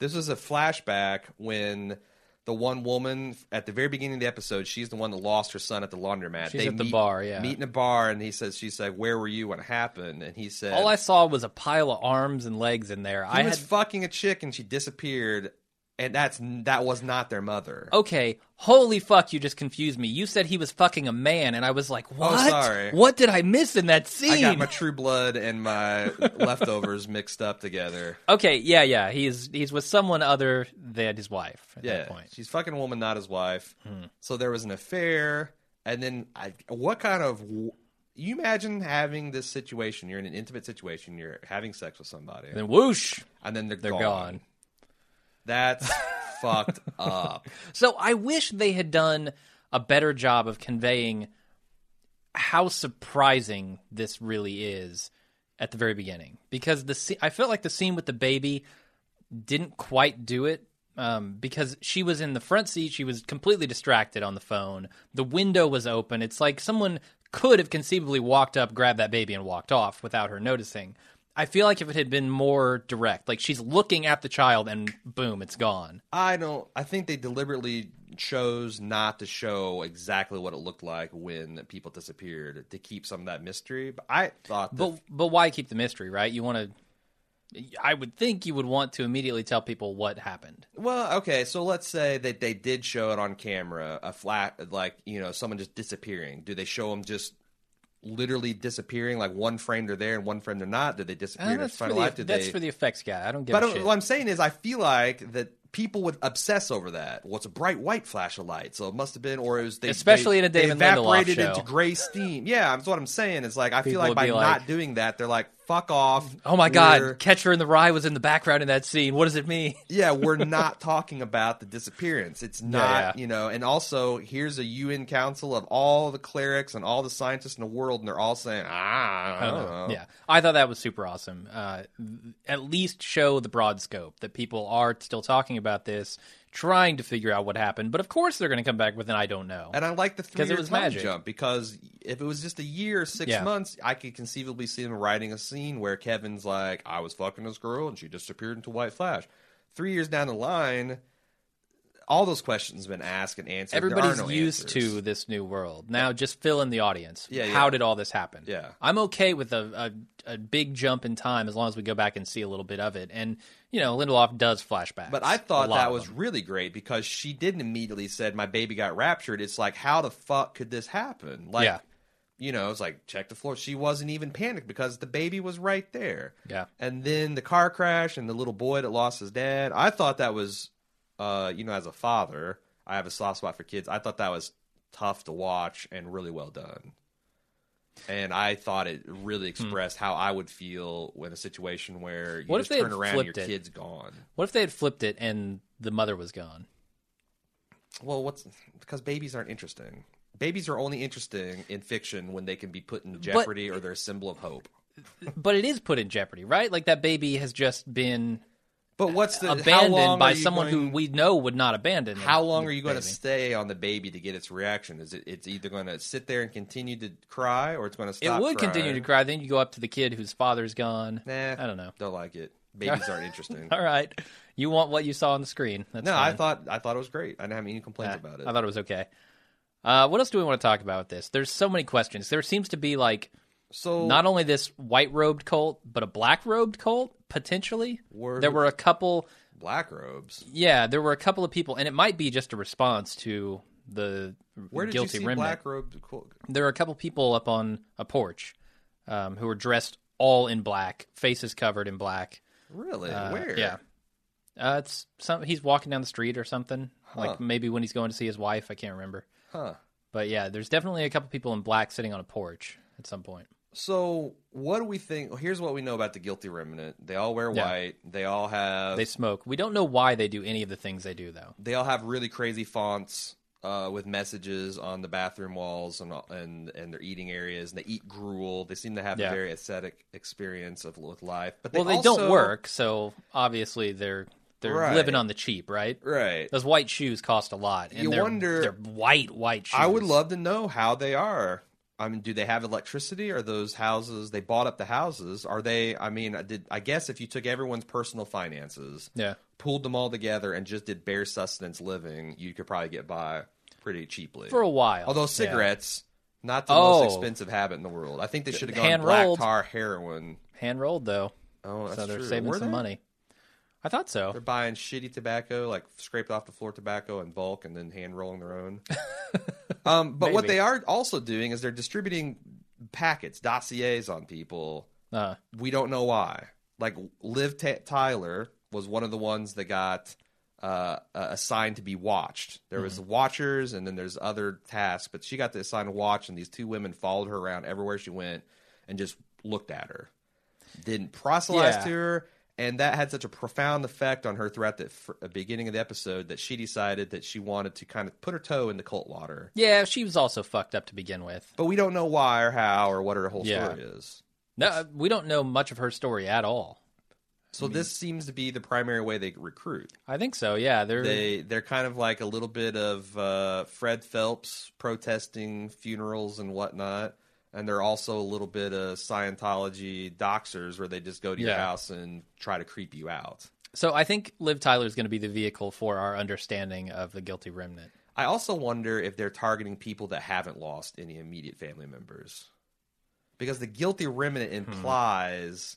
Speaker 2: This was a flashback when the one woman at the very beginning of the episode, she's the one that lost her son at the laundromat.
Speaker 1: She's at the bar, yeah.
Speaker 2: Meet in a bar, and he says, "She's like, where were you when it happened?" And he said,
Speaker 1: All I saw was a pile of arms and legs in there. I
Speaker 2: "I was
Speaker 1: had
Speaker 2: fucking a chick, and she disappeared." And that's that was not their mother.
Speaker 1: okay, holy fuck, you just confused me. You said he was fucking a man, and I was like, what?
Speaker 2: Oh, sorry.
Speaker 1: What did I miss in that scene?
Speaker 2: I got my True Blood
Speaker 1: [LAUGHS]
Speaker 2: and my leftovers mixed up together.
Speaker 1: okay, yeah, yeah, he's he's with someone other than his wife at
Speaker 2: Yeah,
Speaker 1: that point. Hmm.
Speaker 2: she's fucking a woman, not his wife. So there was an affair, and then I, what kind of you imagine having this situation? You're in an intimate situation. You're having sex with somebody,
Speaker 1: And then whoosh,
Speaker 2: and then they're,
Speaker 1: they're gone. [LAUGHS]
Speaker 2: That's fucked up.
Speaker 1: So I wish they had done a better job of conveying how surprising this really is at the very beginning, because the sce- I felt like the scene with the baby didn't quite do it um, because she was in the front seat. She was completely distracted on the phone. The window was open. It's like someone could have conceivably walked up, grabbed that baby, and walked off without her noticing. I feel like if it had been more direct, like she's looking at the child and boom, it's gone.
Speaker 2: I don't. I think they deliberately chose not to show exactly what it looked like when people disappeared to keep some of that mystery. But I thought, that,
Speaker 1: But but why keep the mystery, right? You want to. I would think you would want to immediately tell people what happened.
Speaker 2: well, okay. So let's say that they did show it on camera, a flat, like you know, someone just disappearing. Do they show them just literally disappearing, like one frame they're there and one frame they're not? Did they disappear? in
Speaker 1: Uh, Ah, that's
Speaker 2: front
Speaker 1: for,
Speaker 2: of
Speaker 1: the,
Speaker 2: life? Did
Speaker 1: that's
Speaker 2: they-
Speaker 1: for the effects guy. I don't give
Speaker 2: But
Speaker 1: a
Speaker 2: I-
Speaker 1: shit.
Speaker 2: what I'm saying is, I feel like that people would obsess over that. Well, it's a bright white flash of light, so it must have been, or it was they
Speaker 1: Especially in
Speaker 2: they-
Speaker 1: a Damon
Speaker 2: they
Speaker 1: Lindelof
Speaker 2: evaporated
Speaker 1: show.
Speaker 2: into gray steam. Yeah, that's what I'm saying. Is like I
Speaker 1: People
Speaker 2: feel like
Speaker 1: would
Speaker 2: by
Speaker 1: be
Speaker 2: not
Speaker 1: like-
Speaker 2: doing that, they're like, "Fuck off."
Speaker 1: oh my god,
Speaker 2: we're-
Speaker 1: Catcher in the Rye was in the background in that scene. What does it
Speaker 2: [LAUGHS]
Speaker 1: mean?
Speaker 2: yeah, we're not talking about the disappearance. It's not,
Speaker 1: yeah.
Speaker 2: you know, and also here's a UN council of all the clerics and all the scientists in the world, and they're all saying, ah, I don't know.
Speaker 1: Oh, Yeah, I thought that was super awesome. Uh, th- at least show the broad scope that people are still talking about this, trying to figure out what happened. But of course, they're going to come back with an I don't know.
Speaker 2: And I like the three
Speaker 1: 'Cause it
Speaker 2: year
Speaker 1: was
Speaker 2: time
Speaker 1: magic.
Speaker 2: jump because if it was just a year or six
Speaker 1: Yeah.
Speaker 2: months, I could conceivably see them writing a scene where Kevin's like, I was fucking this girl and she disappeared into White Flash. Three years down the line, all those questions have been asked and answered. There are
Speaker 1: Everybody's
Speaker 2: no
Speaker 1: used
Speaker 2: answers.
Speaker 1: to this new world. Now just fill in the audience.
Speaker 2: Yeah,
Speaker 1: How
Speaker 2: yeah.
Speaker 1: did all this happen?
Speaker 2: Yeah.
Speaker 1: I'm okay with a, a a big jump in time as long as we go back and see a little bit of it. And you know, Lindelof does flashbacks.
Speaker 2: But I
Speaker 1: a
Speaker 2: thought
Speaker 1: lot
Speaker 2: that
Speaker 1: of
Speaker 2: was
Speaker 1: them.
Speaker 2: really great because she didn't immediately said my baby got raptured. It's like how the fuck could this happen? Like
Speaker 1: Yeah.
Speaker 2: you know, it's like check the floor. She wasn't even panicked because the baby was right there.
Speaker 1: Yeah.
Speaker 2: And then the car crash and the little boy that lost his dad. I thought that was uh, you know, as a father, I have a soft spot for kids. I thought that was tough to watch and really well done. And I thought it really expressed how I would feel when a situation where you
Speaker 1: Hmm. What if
Speaker 2: just
Speaker 1: they
Speaker 2: turn
Speaker 1: had
Speaker 2: around and your
Speaker 1: flipped it?
Speaker 2: kid's gone.
Speaker 1: What if they had flipped it and the mother was gone?
Speaker 2: Well, what's because babies aren't interesting. Babies are only interesting in fiction when they can be put in jeopardy or they're a symbol of hope.
Speaker 1: But it is put in jeopardy, right? Like that baby has just been
Speaker 2: But what's the how long
Speaker 1: abandoned by
Speaker 2: are you
Speaker 1: someone
Speaker 2: going-
Speaker 1: who we know would not abandon.
Speaker 2: How
Speaker 1: the-
Speaker 2: long
Speaker 1: the
Speaker 2: are you going to
Speaker 1: baby.
Speaker 2: stay on the baby to get its reaction? Is it? It's either going to sit there and continue to cry, or it's going to
Speaker 1: It
Speaker 2: stop.
Speaker 1: would continue to
Speaker 2: crying.
Speaker 1: cry. Then you go up to the kid whose father's gone.
Speaker 2: Nah,
Speaker 1: I don't know.
Speaker 2: Don't like it. Babies aren't interesting.
Speaker 1: [LAUGHS] All right. You want what you saw on the screen. That's
Speaker 2: no,
Speaker 1: fine.
Speaker 2: I thought I thought it was great. I didn't have any complaints
Speaker 1: Yeah,
Speaker 2: about it.
Speaker 1: I thought it was okay. Uh, what else do we want to talk about with this? There's so many questions. There seems to be like
Speaker 2: so
Speaker 1: not only this white robed cult, but a black robed cult potentially.
Speaker 2: Word.
Speaker 1: There were a couple.
Speaker 2: black robes.
Speaker 1: Yeah, there were a couple of people, and it might be just a response to the
Speaker 2: Where did
Speaker 1: guilty
Speaker 2: you see
Speaker 1: remnant.
Speaker 2: black robe? Cool.
Speaker 1: There are a couple people up on a porch um, who were dressed all in black, faces covered in black.
Speaker 2: Really?
Speaker 1: Uh,
Speaker 2: Where?
Speaker 1: Yeah. Uh, it's some. He's walking down the street or something.
Speaker 2: Huh.
Speaker 1: Like maybe when he's going to see his wife. I can't remember.
Speaker 2: Huh.
Speaker 1: But yeah, there's definitely a couple people in black sitting on a porch at some point.
Speaker 2: So what do we think? well, Here's what we know about the guilty remnant. They all wear
Speaker 1: Yeah.
Speaker 2: white. They all have
Speaker 1: They
Speaker 2: they,
Speaker 1: smoke. We don't know why they do any of the things they do though.
Speaker 2: all have really crazy fonts uh, with messages on the bathroom walls and all- and and their eating areas. And they eat gruel. They seem to have
Speaker 1: Yeah.
Speaker 2: a very aesthetic experience of with life. But they
Speaker 1: well, they
Speaker 2: also-
Speaker 1: don't work, so obviously they're they're
Speaker 2: Right.
Speaker 1: living on the cheap, right?
Speaker 2: Right.
Speaker 1: Those white shoes cost a lot, and
Speaker 2: You
Speaker 1: they're,
Speaker 2: wonder-
Speaker 1: they're white white shoes.
Speaker 2: I would love to know how they are. I mean, do they have electricity? Are those houses they bought up the houses? Are they? I mean, I did I guess if you took everyone's personal finances,
Speaker 1: Yeah.
Speaker 2: pooled them all together, and just did bare sustenance living, you could probably get by pretty cheaply
Speaker 1: for a while.
Speaker 2: Although
Speaker 1: Yeah.
Speaker 2: cigarettes, not the
Speaker 1: Oh.
Speaker 2: most expensive habit in the world. I think they should have gone
Speaker 1: Hand-rolled.
Speaker 2: black tar heroin.
Speaker 1: hand rolled though,
Speaker 2: Oh, that's
Speaker 1: so they're
Speaker 2: true.
Speaker 1: saving
Speaker 2: Were
Speaker 1: some
Speaker 2: they?
Speaker 1: money. I thought so.
Speaker 2: They're buying shitty tobacco, like scraped off the floor tobacco and bulk, and then hand rolling their
Speaker 1: [LAUGHS]
Speaker 2: own. um, but what
Speaker 1: Maybe.
Speaker 2: they are also doing is they're distributing packets, dossiers on people.
Speaker 1: Uh,
Speaker 2: We don't know why. Like Liv Ta Tyler was one of the ones that got uh, uh, assigned to be watched. There was
Speaker 1: Mm-hmm.
Speaker 2: watchers, and then there's other tasks, but she got to assign a watch, and these two women followed her around everywhere she went and just looked at her didn't proselytize
Speaker 1: Yeah.
Speaker 2: to her, and that had such a profound effect on her throughout the f- beginning of the episode that she decided that she wanted to kind of put her toe in the cult water.
Speaker 1: yeah, she was also fucked up to begin with.
Speaker 2: But we don't know why or how or what her whole
Speaker 1: Yeah.
Speaker 2: story is.
Speaker 1: No, uh, we don't know much of her story at all.
Speaker 2: So this seems to be the primary way they recruit.
Speaker 1: I think so. Yeah, they're
Speaker 2: They they're kind of like a little bit of uh, Fred Phelps protesting funerals and whatnot, and they're also a little bit of Scientology doxers where they just go to your
Speaker 1: Yeah.
Speaker 2: house and try to creep you out.
Speaker 1: So I think Liv Tyler is going to be the vehicle for our understanding of the guilty remnant.
Speaker 2: I also wonder if they're targeting people that haven't lost any immediate family members. Because the guilty remnant
Speaker 1: Hmm.
Speaker 2: implies,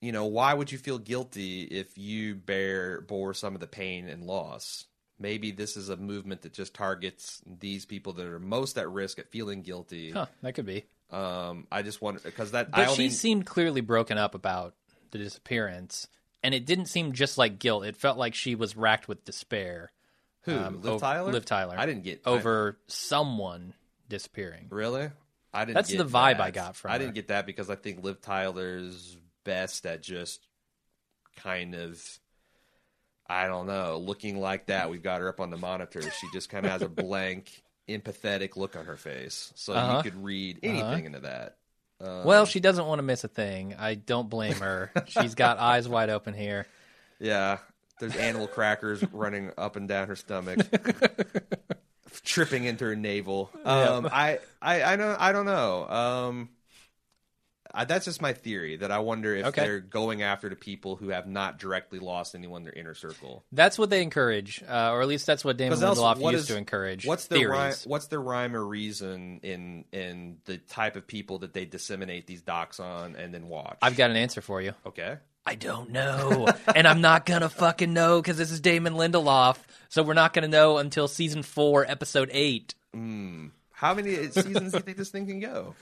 Speaker 2: you know, why would you feel guilty if you bear bore some of the pain and loss? Maybe this is a movement that just targets these people that are most at risk at feeling guilty.
Speaker 1: Huh, that could be.
Speaker 2: Um, I just wonder because that I
Speaker 1: But she
Speaker 2: only,
Speaker 1: seemed clearly broken up about the disappearance, and it didn't seem just like guilt. It felt like she was racked with despair.
Speaker 2: who
Speaker 1: um,
Speaker 2: Liv
Speaker 1: ov-
Speaker 2: Tyler.
Speaker 1: Liv Tyler.
Speaker 2: I didn't get I-
Speaker 1: over someone disappearing.
Speaker 2: Really? I didn't.
Speaker 1: That's
Speaker 2: get
Speaker 1: the vibe
Speaker 2: that.
Speaker 1: I got from
Speaker 2: I
Speaker 1: her.
Speaker 2: didn't get that because I think Liv Tyler's best at just kind of, I don't know, looking like that. We've got her up on the monitor. She just kind
Speaker 1: [LAUGHS]
Speaker 2: of has a blank, empathetic look on her face, so
Speaker 1: Uh-huh.
Speaker 2: you could read anything into that. Um,
Speaker 1: Well, she doesn't want to miss a thing. I don't blame her.
Speaker 2: [LAUGHS]
Speaker 1: She's got eyes wide open here.
Speaker 2: yeah. There's
Speaker 1: [LAUGHS]
Speaker 2: animal crackers running up and down her stomach, tripping into her navel. Um, I, I, I don't, I don't know. Um, I, that's just my theory. That I wonder if
Speaker 1: Okay.
Speaker 2: they're going after the people who have not directly lost anyone in their inner circle.
Speaker 1: That's what they encourage, uh, or at least that's what Damon
Speaker 2: else,
Speaker 1: Lindelof
Speaker 2: what
Speaker 1: used
Speaker 2: is-
Speaker 1: to encourage.
Speaker 2: What's the rhyme,
Speaker 1: theories.
Speaker 2: what's the rhyme or reason in in the type of people that they disseminate these docs on and then watch?
Speaker 1: I've got an answer for you.
Speaker 2: okay.
Speaker 1: I don't know. and I'm not going to fucking know because this is Damon Lindelof. So we're not going to know until season four, episode eight.
Speaker 2: How many seasons do you think this thing can go?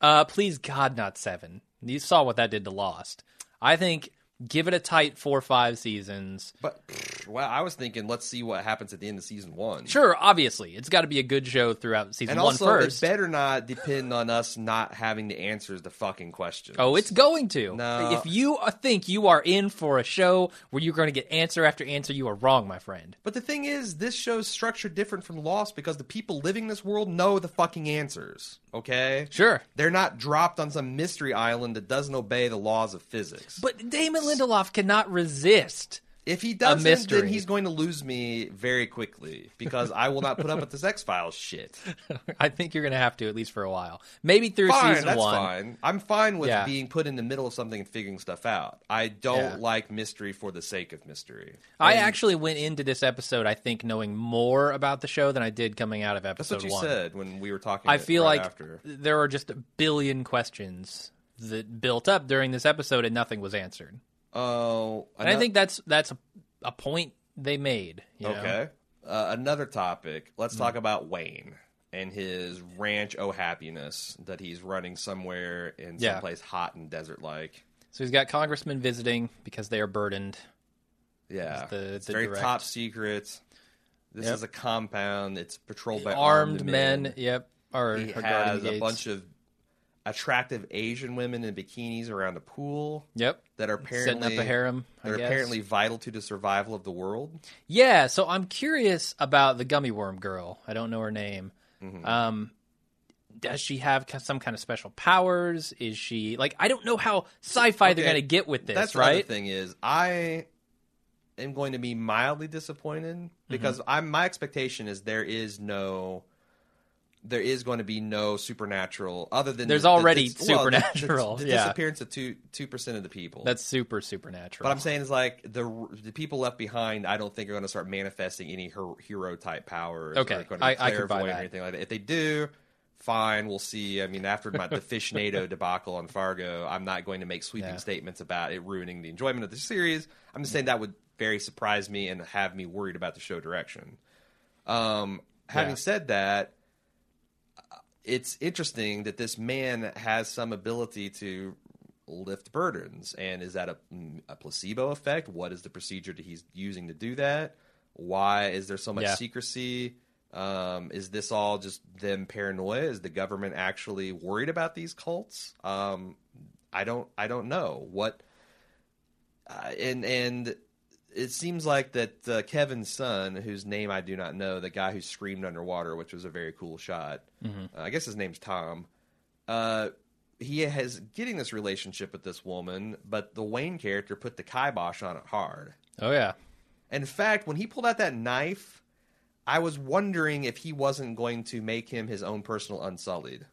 Speaker 1: Uh, please, God, not seven. You saw what that did to Lost. I think give it a tight four or five seasons.
Speaker 2: But well, I was thinking, let's see what happens at the end of season one.
Speaker 1: Sure, obviously. It's got to be a good show throughout season
Speaker 2: And
Speaker 1: one
Speaker 2: also,
Speaker 1: first.
Speaker 2: it better not depend on us not having the answers to fucking questions.
Speaker 1: Oh, it's going to.
Speaker 2: No.
Speaker 1: If you uh, think you are in for a show where you're going to get answer after answer, you are wrong, my friend.
Speaker 2: But the thing is, this show's structured different from Lost because the people living this world know the fucking answers. Okay,
Speaker 1: Sure.
Speaker 2: they're not dropped on some mystery island that doesn't obey the laws of physics.
Speaker 1: But Damon Lindelof cannot resist
Speaker 2: If he doesn't,
Speaker 1: mystery.
Speaker 2: then he's going to lose me very quickly because I will not put up with this X Files shit.
Speaker 1: [LAUGHS] I think you're going to have to at least for a while. Maybe through
Speaker 2: Fine,
Speaker 1: season
Speaker 2: that's
Speaker 1: one.
Speaker 2: fine. I'm fine with
Speaker 1: Yeah.
Speaker 2: being put in the middle of something and figuring stuff out. I don't
Speaker 1: Yeah. Uh,
Speaker 2: like mystery for the sake of mystery.
Speaker 1: I actually went into this episode, I think, knowing more about the show than I did coming out of
Speaker 2: That's
Speaker 1: episode
Speaker 2: what you
Speaker 1: one.
Speaker 2: said when we were talking.
Speaker 1: I
Speaker 2: it
Speaker 1: feel
Speaker 2: right
Speaker 1: like
Speaker 2: after.
Speaker 1: there are just a billion questions that built up during this episode and nothing was answered.
Speaker 2: Oh,
Speaker 1: And I think that's that's a, a point they made. you know?
Speaker 2: Okay. Uh, another topic. Let's
Speaker 1: Hmm.
Speaker 2: talk about Wayne and his ranch oh happiness that he's running somewhere in
Speaker 1: Yeah.
Speaker 2: someplace hot and desert like.
Speaker 1: So he's got congressmen visiting because they are burdened.
Speaker 2: Yeah.
Speaker 1: It's the-
Speaker 2: it's
Speaker 1: the
Speaker 2: very
Speaker 1: direct-
Speaker 2: top secret. This
Speaker 1: Yep.
Speaker 2: is a compound. It's patrolled by
Speaker 1: armed men, yep, are,
Speaker 2: He
Speaker 1: are guarding
Speaker 2: has
Speaker 1: the
Speaker 2: a
Speaker 1: gates.
Speaker 2: bunch of attractive Asian women in bikinis around a pool
Speaker 1: yep
Speaker 2: that are
Speaker 1: setting
Speaker 2: apparently
Speaker 1: up a harem. I
Speaker 2: They're
Speaker 1: guess.
Speaker 2: apparently vital to the survival of the world.
Speaker 1: Yeah, so I'm curious about the gummy worm girl. I don't know her name.
Speaker 2: Mm-hmm.
Speaker 1: Um, does she have ca- some kind of special powers? Is she like I don't know how sci-fi they're
Speaker 2: Okay,
Speaker 1: going to get with this,
Speaker 2: That's the other
Speaker 1: right?
Speaker 2: thing is I am going to be mildly disappointed
Speaker 1: Mm-hmm.
Speaker 2: because I'm my expectation is there is no there is going to be no supernatural other than
Speaker 1: There's
Speaker 2: the- the-
Speaker 1: already
Speaker 2: the- well, the- the-
Speaker 1: supernatural,
Speaker 2: The,
Speaker 1: yeah.
Speaker 2: disappearance of two two percent of the people.
Speaker 1: That's super supernatural.
Speaker 2: what I'm saying is like the the people left behind. I don't think are going to start manifesting any her, hero type powers.
Speaker 1: Okay,
Speaker 2: or going to be
Speaker 1: I- I could buy
Speaker 2: clairvoyant
Speaker 1: that.
Speaker 2: or anything like that. If they do. Fine, we'll see. I mean, after my,
Speaker 1: [LAUGHS]
Speaker 2: the fish NATO debacle on Fargo, I'm not going to make sweeping
Speaker 1: Yeah.
Speaker 2: statements about it ruining the enjoyment of the series. I'm just saying that would very surprise me and have me worried about the show direction. Um, having
Speaker 1: Yeah.
Speaker 2: said that, it's interesting that this man has some ability to lift burdens and is that a, a placebo effect what is the procedure that he's using to do that why is there so much
Speaker 1: Yeah.
Speaker 2: secrecy um, is this all just them paranoia is the government actually worried about these cults um, i don't i don't know what uh, and and it seems like that uh, Kevin's son, whose name I do not know, the guy who screamed underwater, which was a very cool shot.
Speaker 1: Mm-hmm.
Speaker 2: Uh, I guess his name's Tom. Uh, he has getting this relationship with this woman, but the Wayne character put the kibosh on it hard.
Speaker 1: oh yeah,
Speaker 2: In fact, when he pulled out that knife, I was wondering if he wasn't going to make him his own personal Unsullied.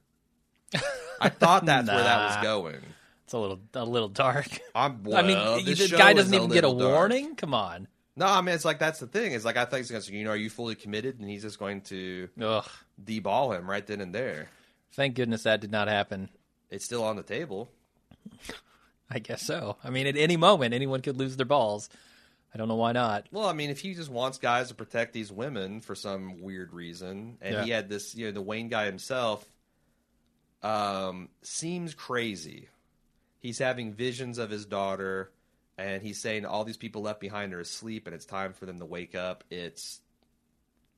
Speaker 2: I thought that's where that
Speaker 1: [LAUGHS]
Speaker 2: was
Speaker 1: Nah.
Speaker 2: going.
Speaker 1: it's a little a little dark. [LAUGHS]
Speaker 2: I'm,
Speaker 1: I
Speaker 2: well,
Speaker 1: mean,
Speaker 2: this
Speaker 1: the
Speaker 2: show
Speaker 1: guy
Speaker 2: is
Speaker 1: doesn't
Speaker 2: a
Speaker 1: even get a
Speaker 2: little dark.
Speaker 1: warning. Come on,
Speaker 2: No, I mean it's like that's the thing. It's like I think he's going to, you know, are you fully committed? And he's just going to
Speaker 1: ugh.
Speaker 2: deball him right then and there.
Speaker 1: Thank goodness that did not happen.
Speaker 2: It's still on the table.
Speaker 1: I guess so. I mean, at any moment, anyone could lose their balls. I don't know why not.
Speaker 2: Well, I mean, if he just wants guys to protect these women for some weird reason, and he
Speaker 1: Yeah.
Speaker 2: had this, you know, the Wayne guy himself, um, seems crazy. He's having visions of his daughter, and he's saying all these people left behind are asleep, and it's time for them to wake up. It's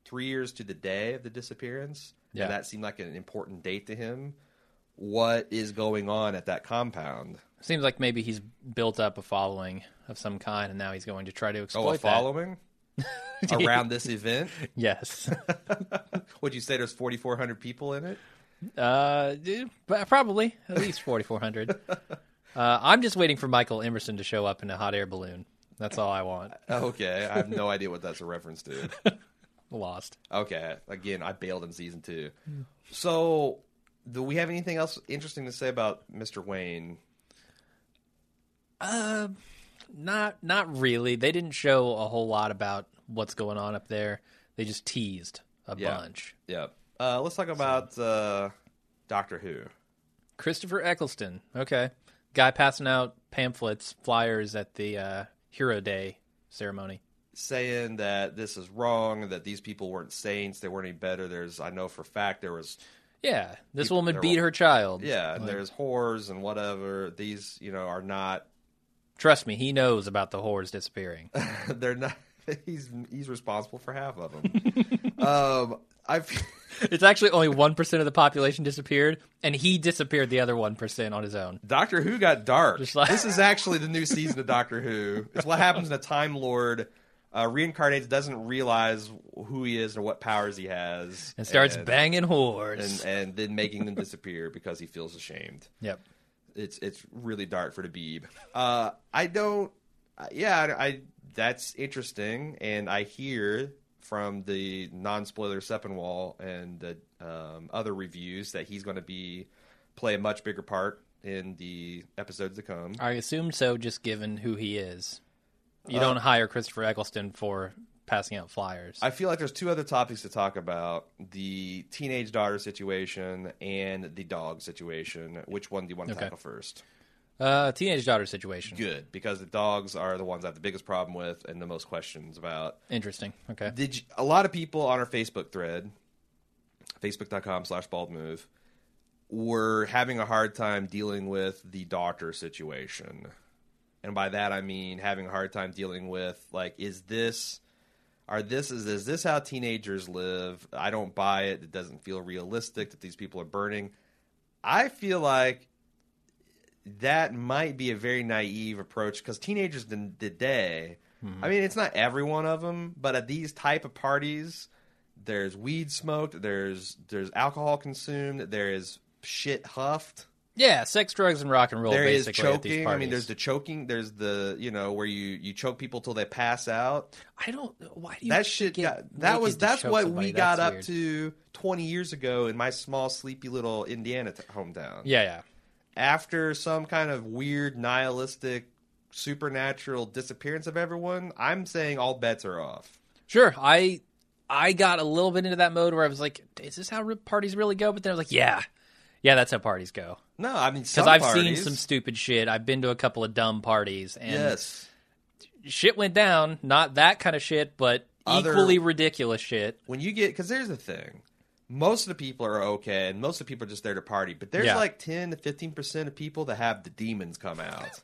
Speaker 2: three years to the day of the disappearance,
Speaker 1: Yeah.
Speaker 2: and that seemed like an important date to him. What is going on at that compound?
Speaker 1: Seems like maybe he's built up a following of some kind, and now he's going to try to exploit
Speaker 2: Oh, a
Speaker 1: that. [LAUGHS]
Speaker 2: following around this event.
Speaker 1: Yes. [LAUGHS]
Speaker 2: Would you say there's 4,400 people in it?
Speaker 1: uh, d- p- probably at least
Speaker 2: [LAUGHS]
Speaker 1: 4,400. uh, I'm just waiting for Michael Emerson to show up in a hot air balloon. That's all I want.
Speaker 2: Okay, I have no idea what that's a reference to.
Speaker 1: Lost.
Speaker 2: Okay, again, I bailed in season two. So, do we have anything else interesting to say about Mr. Wayne?
Speaker 1: Not not really. They didn't show a whole lot about what's going on up there. They just teased a
Speaker 2: Yeah.
Speaker 1: bunch.
Speaker 2: Yeah. Uh, let's talk about uh, Doctor Who.
Speaker 1: Christopher Eccleston. Okay. Guy passing out pamphlets, flyers at the uh, Hero Day ceremony.
Speaker 2: Saying that this is wrong, that these people weren't saints, they weren't any better. There's, I know for a fact, there was,
Speaker 1: Yeah. This
Speaker 2: People-
Speaker 1: woman
Speaker 2: they're
Speaker 1: beat
Speaker 2: all-
Speaker 1: her child.
Speaker 2: yeah, and
Speaker 1: Like,
Speaker 2: there's whores and whatever. These, you know, are not [LAUGHS]
Speaker 1: Trust me, he knows about the whores disappearing. [LAUGHS]
Speaker 2: they're not. [LAUGHS] He's he's responsible for half of them. um, I f-
Speaker 1: It's actually only 1% of the population disappeared, and he disappeared the other 1% on his own.
Speaker 2: Doctor Who got dark.
Speaker 1: Just like-
Speaker 2: this is actually the new season of Doctor Who. It's what happens when a Time Lord uh, reincarnates, doesn't realize who he is or what powers he has,
Speaker 1: And starts
Speaker 2: and,
Speaker 1: banging
Speaker 2: and,
Speaker 1: whores.
Speaker 2: and then making them disappear because he feels ashamed.
Speaker 1: yep.
Speaker 2: It's it's really dark for the Beeb. Uh, I don't. I- Yeah, I, I that's interesting. And I hear from the non-spoiler Seppenwall and the um, other reviews that he's going to be play a much bigger part in the episodes to come.
Speaker 1: I assume so, just given who he is.
Speaker 2: Uh,
Speaker 1: You don't hire Christopher Eccleston for passing out flyers.
Speaker 2: I feel like there's two other topics to talk about: the teenage daughter situation and the dog situation. Which one do you want to
Speaker 1: Okay.
Speaker 2: tackle first?
Speaker 1: uh, teenage daughter situation.
Speaker 2: Good, because the dogs are the ones I have the biggest problem with and the most questions about.
Speaker 1: Interesting. Okay.
Speaker 2: Did you, a lot of people on our Facebook thread, facebook.com slash bald move, were having a hard time dealing with the doctor situation. And by that I mean having a hard time dealing with like, is this are this is is this how teenagers live? I don't buy it. It doesn't feel realistic that these people are burning. I feel like that might be a very naive approach because teenagers t- today,
Speaker 1: Mm-hmm.
Speaker 2: I mean, it's not every one of them, but at these type of parties, there's weed smoked, there's there's alcohol consumed, there is shit huffed,
Speaker 1: yeah, sex, drugs, and rock and roll.
Speaker 2: there is
Speaker 1: basically At these
Speaker 2: choking. I
Speaker 1: parties.
Speaker 2: mean, there's the choking, there's the you know where you you choke people till they pass out.
Speaker 1: I don't. Why do you
Speaker 2: that shit
Speaker 1: get
Speaker 2: got that
Speaker 1: naked
Speaker 2: was
Speaker 1: to
Speaker 2: that's
Speaker 1: choke
Speaker 2: what
Speaker 1: somebody?
Speaker 2: we got
Speaker 1: That's
Speaker 2: up
Speaker 1: weird.
Speaker 2: to 20 years ago in my small sleepy little Indiana t- hometown
Speaker 1: Yeah, yeah.
Speaker 2: after some kind of weird nihilistic supernatural disappearance of everyone, I'm saying all bets are off.
Speaker 1: Sure. I I got a little bit into that mode where I was like, is this how re- parties really go? But then I was like, yeah. Yeah, that's how parties go.
Speaker 2: No, I mean because
Speaker 1: Because I've seen some stupid shit. I've been to a couple of dumb parties, and
Speaker 2: yes.
Speaker 1: shit went down. Not that kind of shit, but
Speaker 2: Other-
Speaker 1: equally ridiculous shit.
Speaker 2: When you get because there's the thing, most of the people are okay, and most of the people are just there to party. But there's
Speaker 1: Yeah.
Speaker 2: like ten to fifteen percent of people that have the demons come out. [LAUGHS]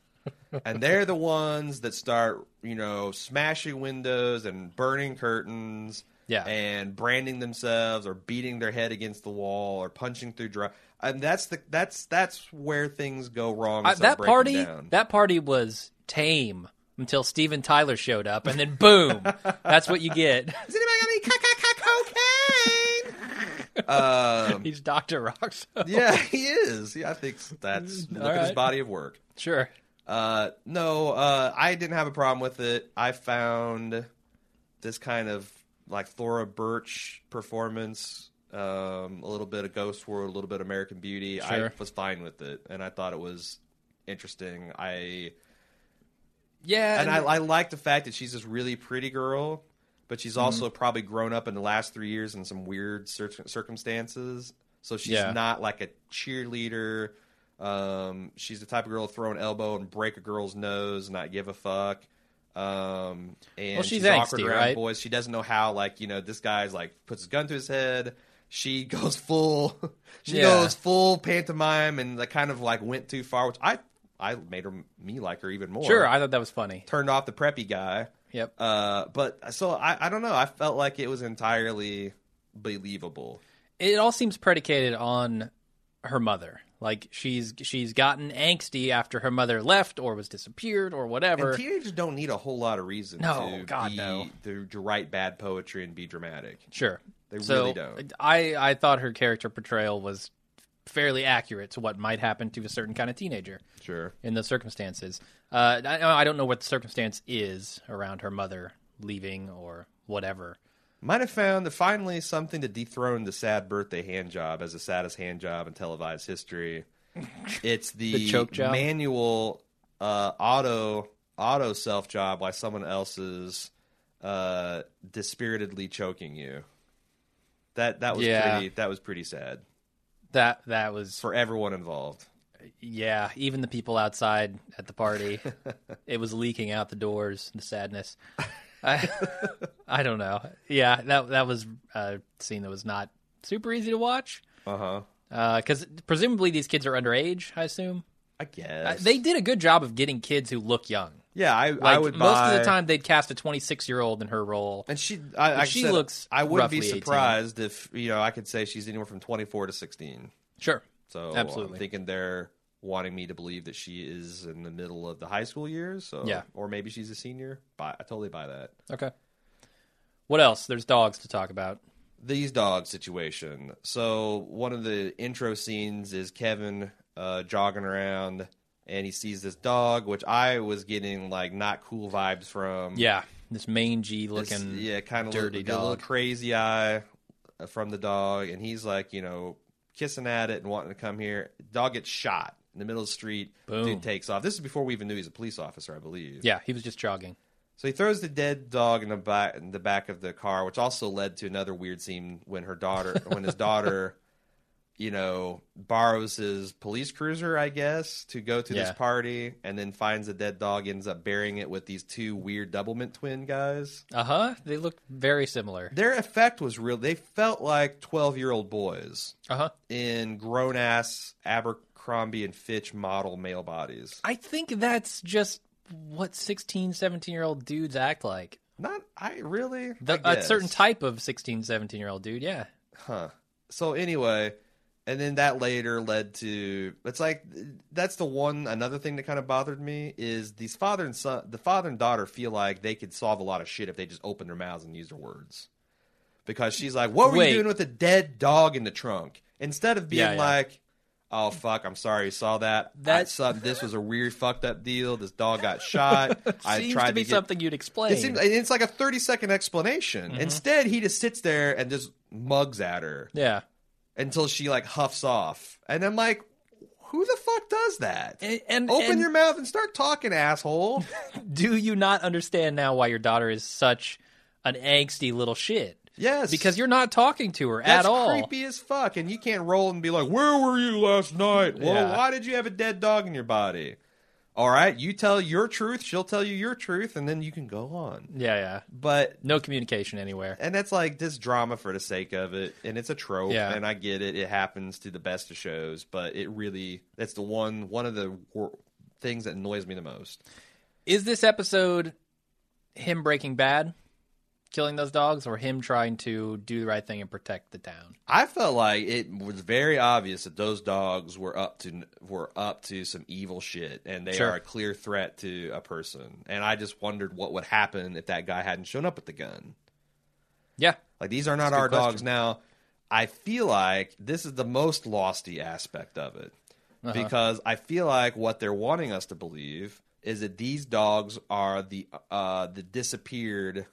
Speaker 2: And they're the ones that start, you know, smashing windows and burning curtains,
Speaker 1: Yeah.
Speaker 2: and branding themselves or beating their head against the wall or punching through dry. And that's the that's that's where things go wrong. and
Speaker 1: I,
Speaker 2: start
Speaker 1: Uh, that
Speaker 2: breaking
Speaker 1: party,
Speaker 2: down.
Speaker 1: that party was tame until Steven Tyler showed up, and then
Speaker 2: [LAUGHS]
Speaker 1: boom, that's what you get. [LAUGHS]
Speaker 2: Has anybody got any cocaine?
Speaker 1: [LAUGHS]
Speaker 2: Uh,
Speaker 1: He's Doctor Roxo.
Speaker 2: yeah, he is. Yeah, I think that's look at his
Speaker 1: right.
Speaker 2: body of work.
Speaker 1: [LAUGHS] Sure.
Speaker 2: Uh, no, uh, I didn't have a problem with it. I found this kind of like Thora Birch performance, um, a little bit of Ghost World, a little bit of American Beauty. I
Speaker 1: Sure.
Speaker 2: was fine with it, and I thought it was interesting. I
Speaker 1: Yeah,
Speaker 2: and I, I like the fact that she's this really pretty girl, but
Speaker 1: Mm-hmm.
Speaker 2: she's also probably grown up in the last three years in some weird cir- circumstances. So she's
Speaker 1: Yeah.
Speaker 2: not like a cheerleader. Um, she's the type of girl to throw an elbow and break a girl's nose, and not give a fuck. Um, and
Speaker 1: Well, she's
Speaker 2: she's, awkward
Speaker 1: angsty,
Speaker 2: around
Speaker 1: right?
Speaker 2: boys. She doesn't know how. Like you know, this guy's like puts his gun to his head. She [LAUGHS] goes full. She
Speaker 1: Yeah.
Speaker 2: goes full pantomime and like kind of like went too far, which I I made her me like her even more
Speaker 1: sure. I thought that was funny.
Speaker 2: turned off the preppy guy.
Speaker 1: Yep.
Speaker 2: Uh, but so I, I don't know. I felt like it was entirely believable.
Speaker 1: it all seems predicated on her mother. Like she's she's gotten angsty after her mother left or was disappeared or whatever.
Speaker 2: And teenagers don't need a whole lot of reason
Speaker 1: No,
Speaker 2: to,
Speaker 1: God,
Speaker 2: be-
Speaker 1: no.
Speaker 2: to to write bad poetry and be dramatic.
Speaker 1: sure,
Speaker 2: They
Speaker 1: so
Speaker 2: really don't.
Speaker 1: I I thought her character portrayal was fairly accurate to what might happen to a certain kind of teenager
Speaker 2: Sure.
Speaker 1: in those circumstances. Uh, I, I don't know what the circumstance is around her mother leaving or whatever.
Speaker 2: Might have found that finally something to dethrone the sad birthday hand job as the saddest hand job in
Speaker 1: [LAUGHS]
Speaker 2: televised history. It's the,
Speaker 1: The choke job?
Speaker 2: manual uh, auto auto self job by someone else's uh, dispiritedly choking you. That that was
Speaker 1: Yeah.
Speaker 2: pretty that was pretty sad
Speaker 1: That that was
Speaker 2: for everyone involved.
Speaker 1: Yeah, even the people outside at the
Speaker 2: [LAUGHS]
Speaker 1: party, it was leaking out the doors. The sadness. I, I don't know. Yeah, that that was a scene that was not super easy to watch
Speaker 2: Uh
Speaker 1: Uh-huh.
Speaker 2: huh.
Speaker 1: because presumably these kids are underage. I assume
Speaker 2: I guess
Speaker 1: Uh, they did a good job of getting kids who look young.
Speaker 2: Yeah, I
Speaker 1: Like
Speaker 2: I would
Speaker 1: most
Speaker 2: buy...
Speaker 1: of the time, they'd cast a 26 year old in her role.
Speaker 2: And she, I, like I
Speaker 1: she
Speaker 2: said,
Speaker 1: looks
Speaker 2: I wouldn't be
Speaker 1: roughly 18.
Speaker 2: surprised if you know I could say she's anywhere from twenty four to sixteen.
Speaker 1: Sure,
Speaker 2: So
Speaker 1: Absolutely.
Speaker 2: I'm thinking they're wanting me to believe that she is in the middle of the high school years. So
Speaker 1: Yeah.
Speaker 2: or maybe she's a senior. Buy, I totally buy that.
Speaker 1: okay. What else? There's dogs to talk about.
Speaker 2: These dog situation. So one of the intro scenes is Kevin uh, jogging around and he sees this dog, which I was getting like not cool vibes from.
Speaker 1: Yeah, this mangy
Speaker 2: This-
Speaker 1: looking.
Speaker 2: yeah, kind of
Speaker 1: dirty
Speaker 2: little, the little
Speaker 1: dog.
Speaker 2: crazy eye uh, from the dog, and he's like, you know, kissing at it and wanting to come here. Dog gets shot in the middle of the street.
Speaker 1: Boom.
Speaker 2: Dude takes off. This is before we even knew he's a police officer, I believe.
Speaker 1: yeah, he was just jogging.
Speaker 2: So he throws the dead dog in the back in the back of the car, which also led to another weird scene when
Speaker 1: [LAUGHS]
Speaker 2: her daughter, when his daughter, you know, borrows his police cruiser, I guess, to go to
Speaker 1: Yeah.
Speaker 2: this party, and then finds the dead dog, ends up burying it with these two weird doublemint twin guys.
Speaker 1: Uh huh. They look very similar.
Speaker 2: Their effect was real. They felt like twelve year old boys
Speaker 1: Uh huh.
Speaker 2: in grown ass Abercrombie and Fitch model male bodies.
Speaker 1: I think that's just what 16, 17 year old dudes act like.
Speaker 2: Not, I really
Speaker 1: The,
Speaker 2: I
Speaker 1: a certain
Speaker 2: guess.
Speaker 1: type of 16, 17 year old dude. Yeah.
Speaker 2: huh. So anyway, and then that later led to it's like that's the one another thing that kind of bothered me is these father and son the father and daughter feel like they could solve a lot of shit if they just opened their mouths and used their words. Because she's like, "What were
Speaker 1: Wait.
Speaker 2: you doing with a dead dog in the trunk?" Instead of being
Speaker 1: Yeah, yeah.
Speaker 2: like, "Oh fuck, I'm sorry, you saw that.
Speaker 1: That-
Speaker 2: That's something. This was a weird fucked up deal. This dog got
Speaker 1: [LAUGHS]
Speaker 2: shot. I
Speaker 1: Seems
Speaker 2: tried
Speaker 1: to be
Speaker 2: get-
Speaker 1: something Mm-hmm. you'd explain.
Speaker 2: it seems, and it's like a 30 second explanation. Instead, he just sits there and just mugs at her
Speaker 1: yeah.
Speaker 2: until she like huffs off. And I'm like, who the fuck does that?
Speaker 1: And- and-
Speaker 2: Open
Speaker 1: and-
Speaker 2: your mouth and start
Speaker 1: [LAUGHS]
Speaker 2: talking, asshole.
Speaker 1: Do you not understand now why your daughter is such an angsty little shit?
Speaker 2: Yes.
Speaker 1: Because you're not talking to her
Speaker 2: That's
Speaker 1: at all.
Speaker 2: creepy as fuck. And you can't roll and be like, where were you last night? Well,
Speaker 1: Yeah.
Speaker 2: why did you have a dead dog in your body? All right, you tell your truth, she'll tell you your truth, and then you can go on.
Speaker 1: Yeah, yeah.
Speaker 2: But
Speaker 1: No communication anywhere.
Speaker 2: and that's like this drama for the sake of it and it's a trope
Speaker 1: Yeah.
Speaker 2: and i get it it happens to the best of shows but it really that's the one one of the wor- things that annoys me the most
Speaker 1: Is this episode him breaking bad, killing those dogs, or him trying to do the right thing and protect the town?
Speaker 2: i felt like it was very obvious that those dogs were up to were up to some evil shit and they
Speaker 1: Sure.
Speaker 2: are a clear threat to a person and i just wondered what would happen if that guy hadn't shown up with the gun
Speaker 1: Yeah.
Speaker 2: Like these are not
Speaker 1: a good
Speaker 2: our
Speaker 1: question.
Speaker 2: dogs now. I feel like this is the most losty aspect of it
Speaker 1: Uh-huh.
Speaker 2: because I feel like what they're wanting us to believe is that these dogs are the uh, the disappeared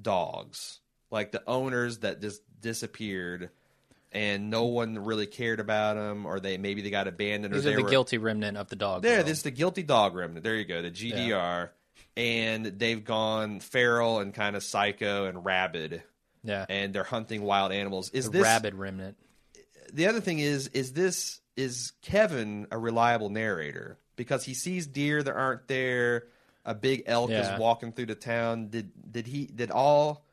Speaker 2: dogs, like the owners that just disappeared. And no one really cared about them, or they maybe they got abandoned.
Speaker 1: These
Speaker 2: or
Speaker 1: are
Speaker 2: they
Speaker 1: the
Speaker 2: were,
Speaker 1: guilty remnant of the dog.
Speaker 2: there,
Speaker 1: world.
Speaker 2: this is the guilty dog remnant. There you go, the GDR, and they've gone feral and kind of psycho and rabid,
Speaker 1: yeah.
Speaker 2: and they're hunting wild animals. Is
Speaker 1: The
Speaker 2: this
Speaker 1: rabid remnant.
Speaker 2: the other thing? Is is this is Kevin a reliable narrator because he sees deer that aren't there? A big elk
Speaker 1: Yeah.
Speaker 2: is walking through the town. Did did he did all?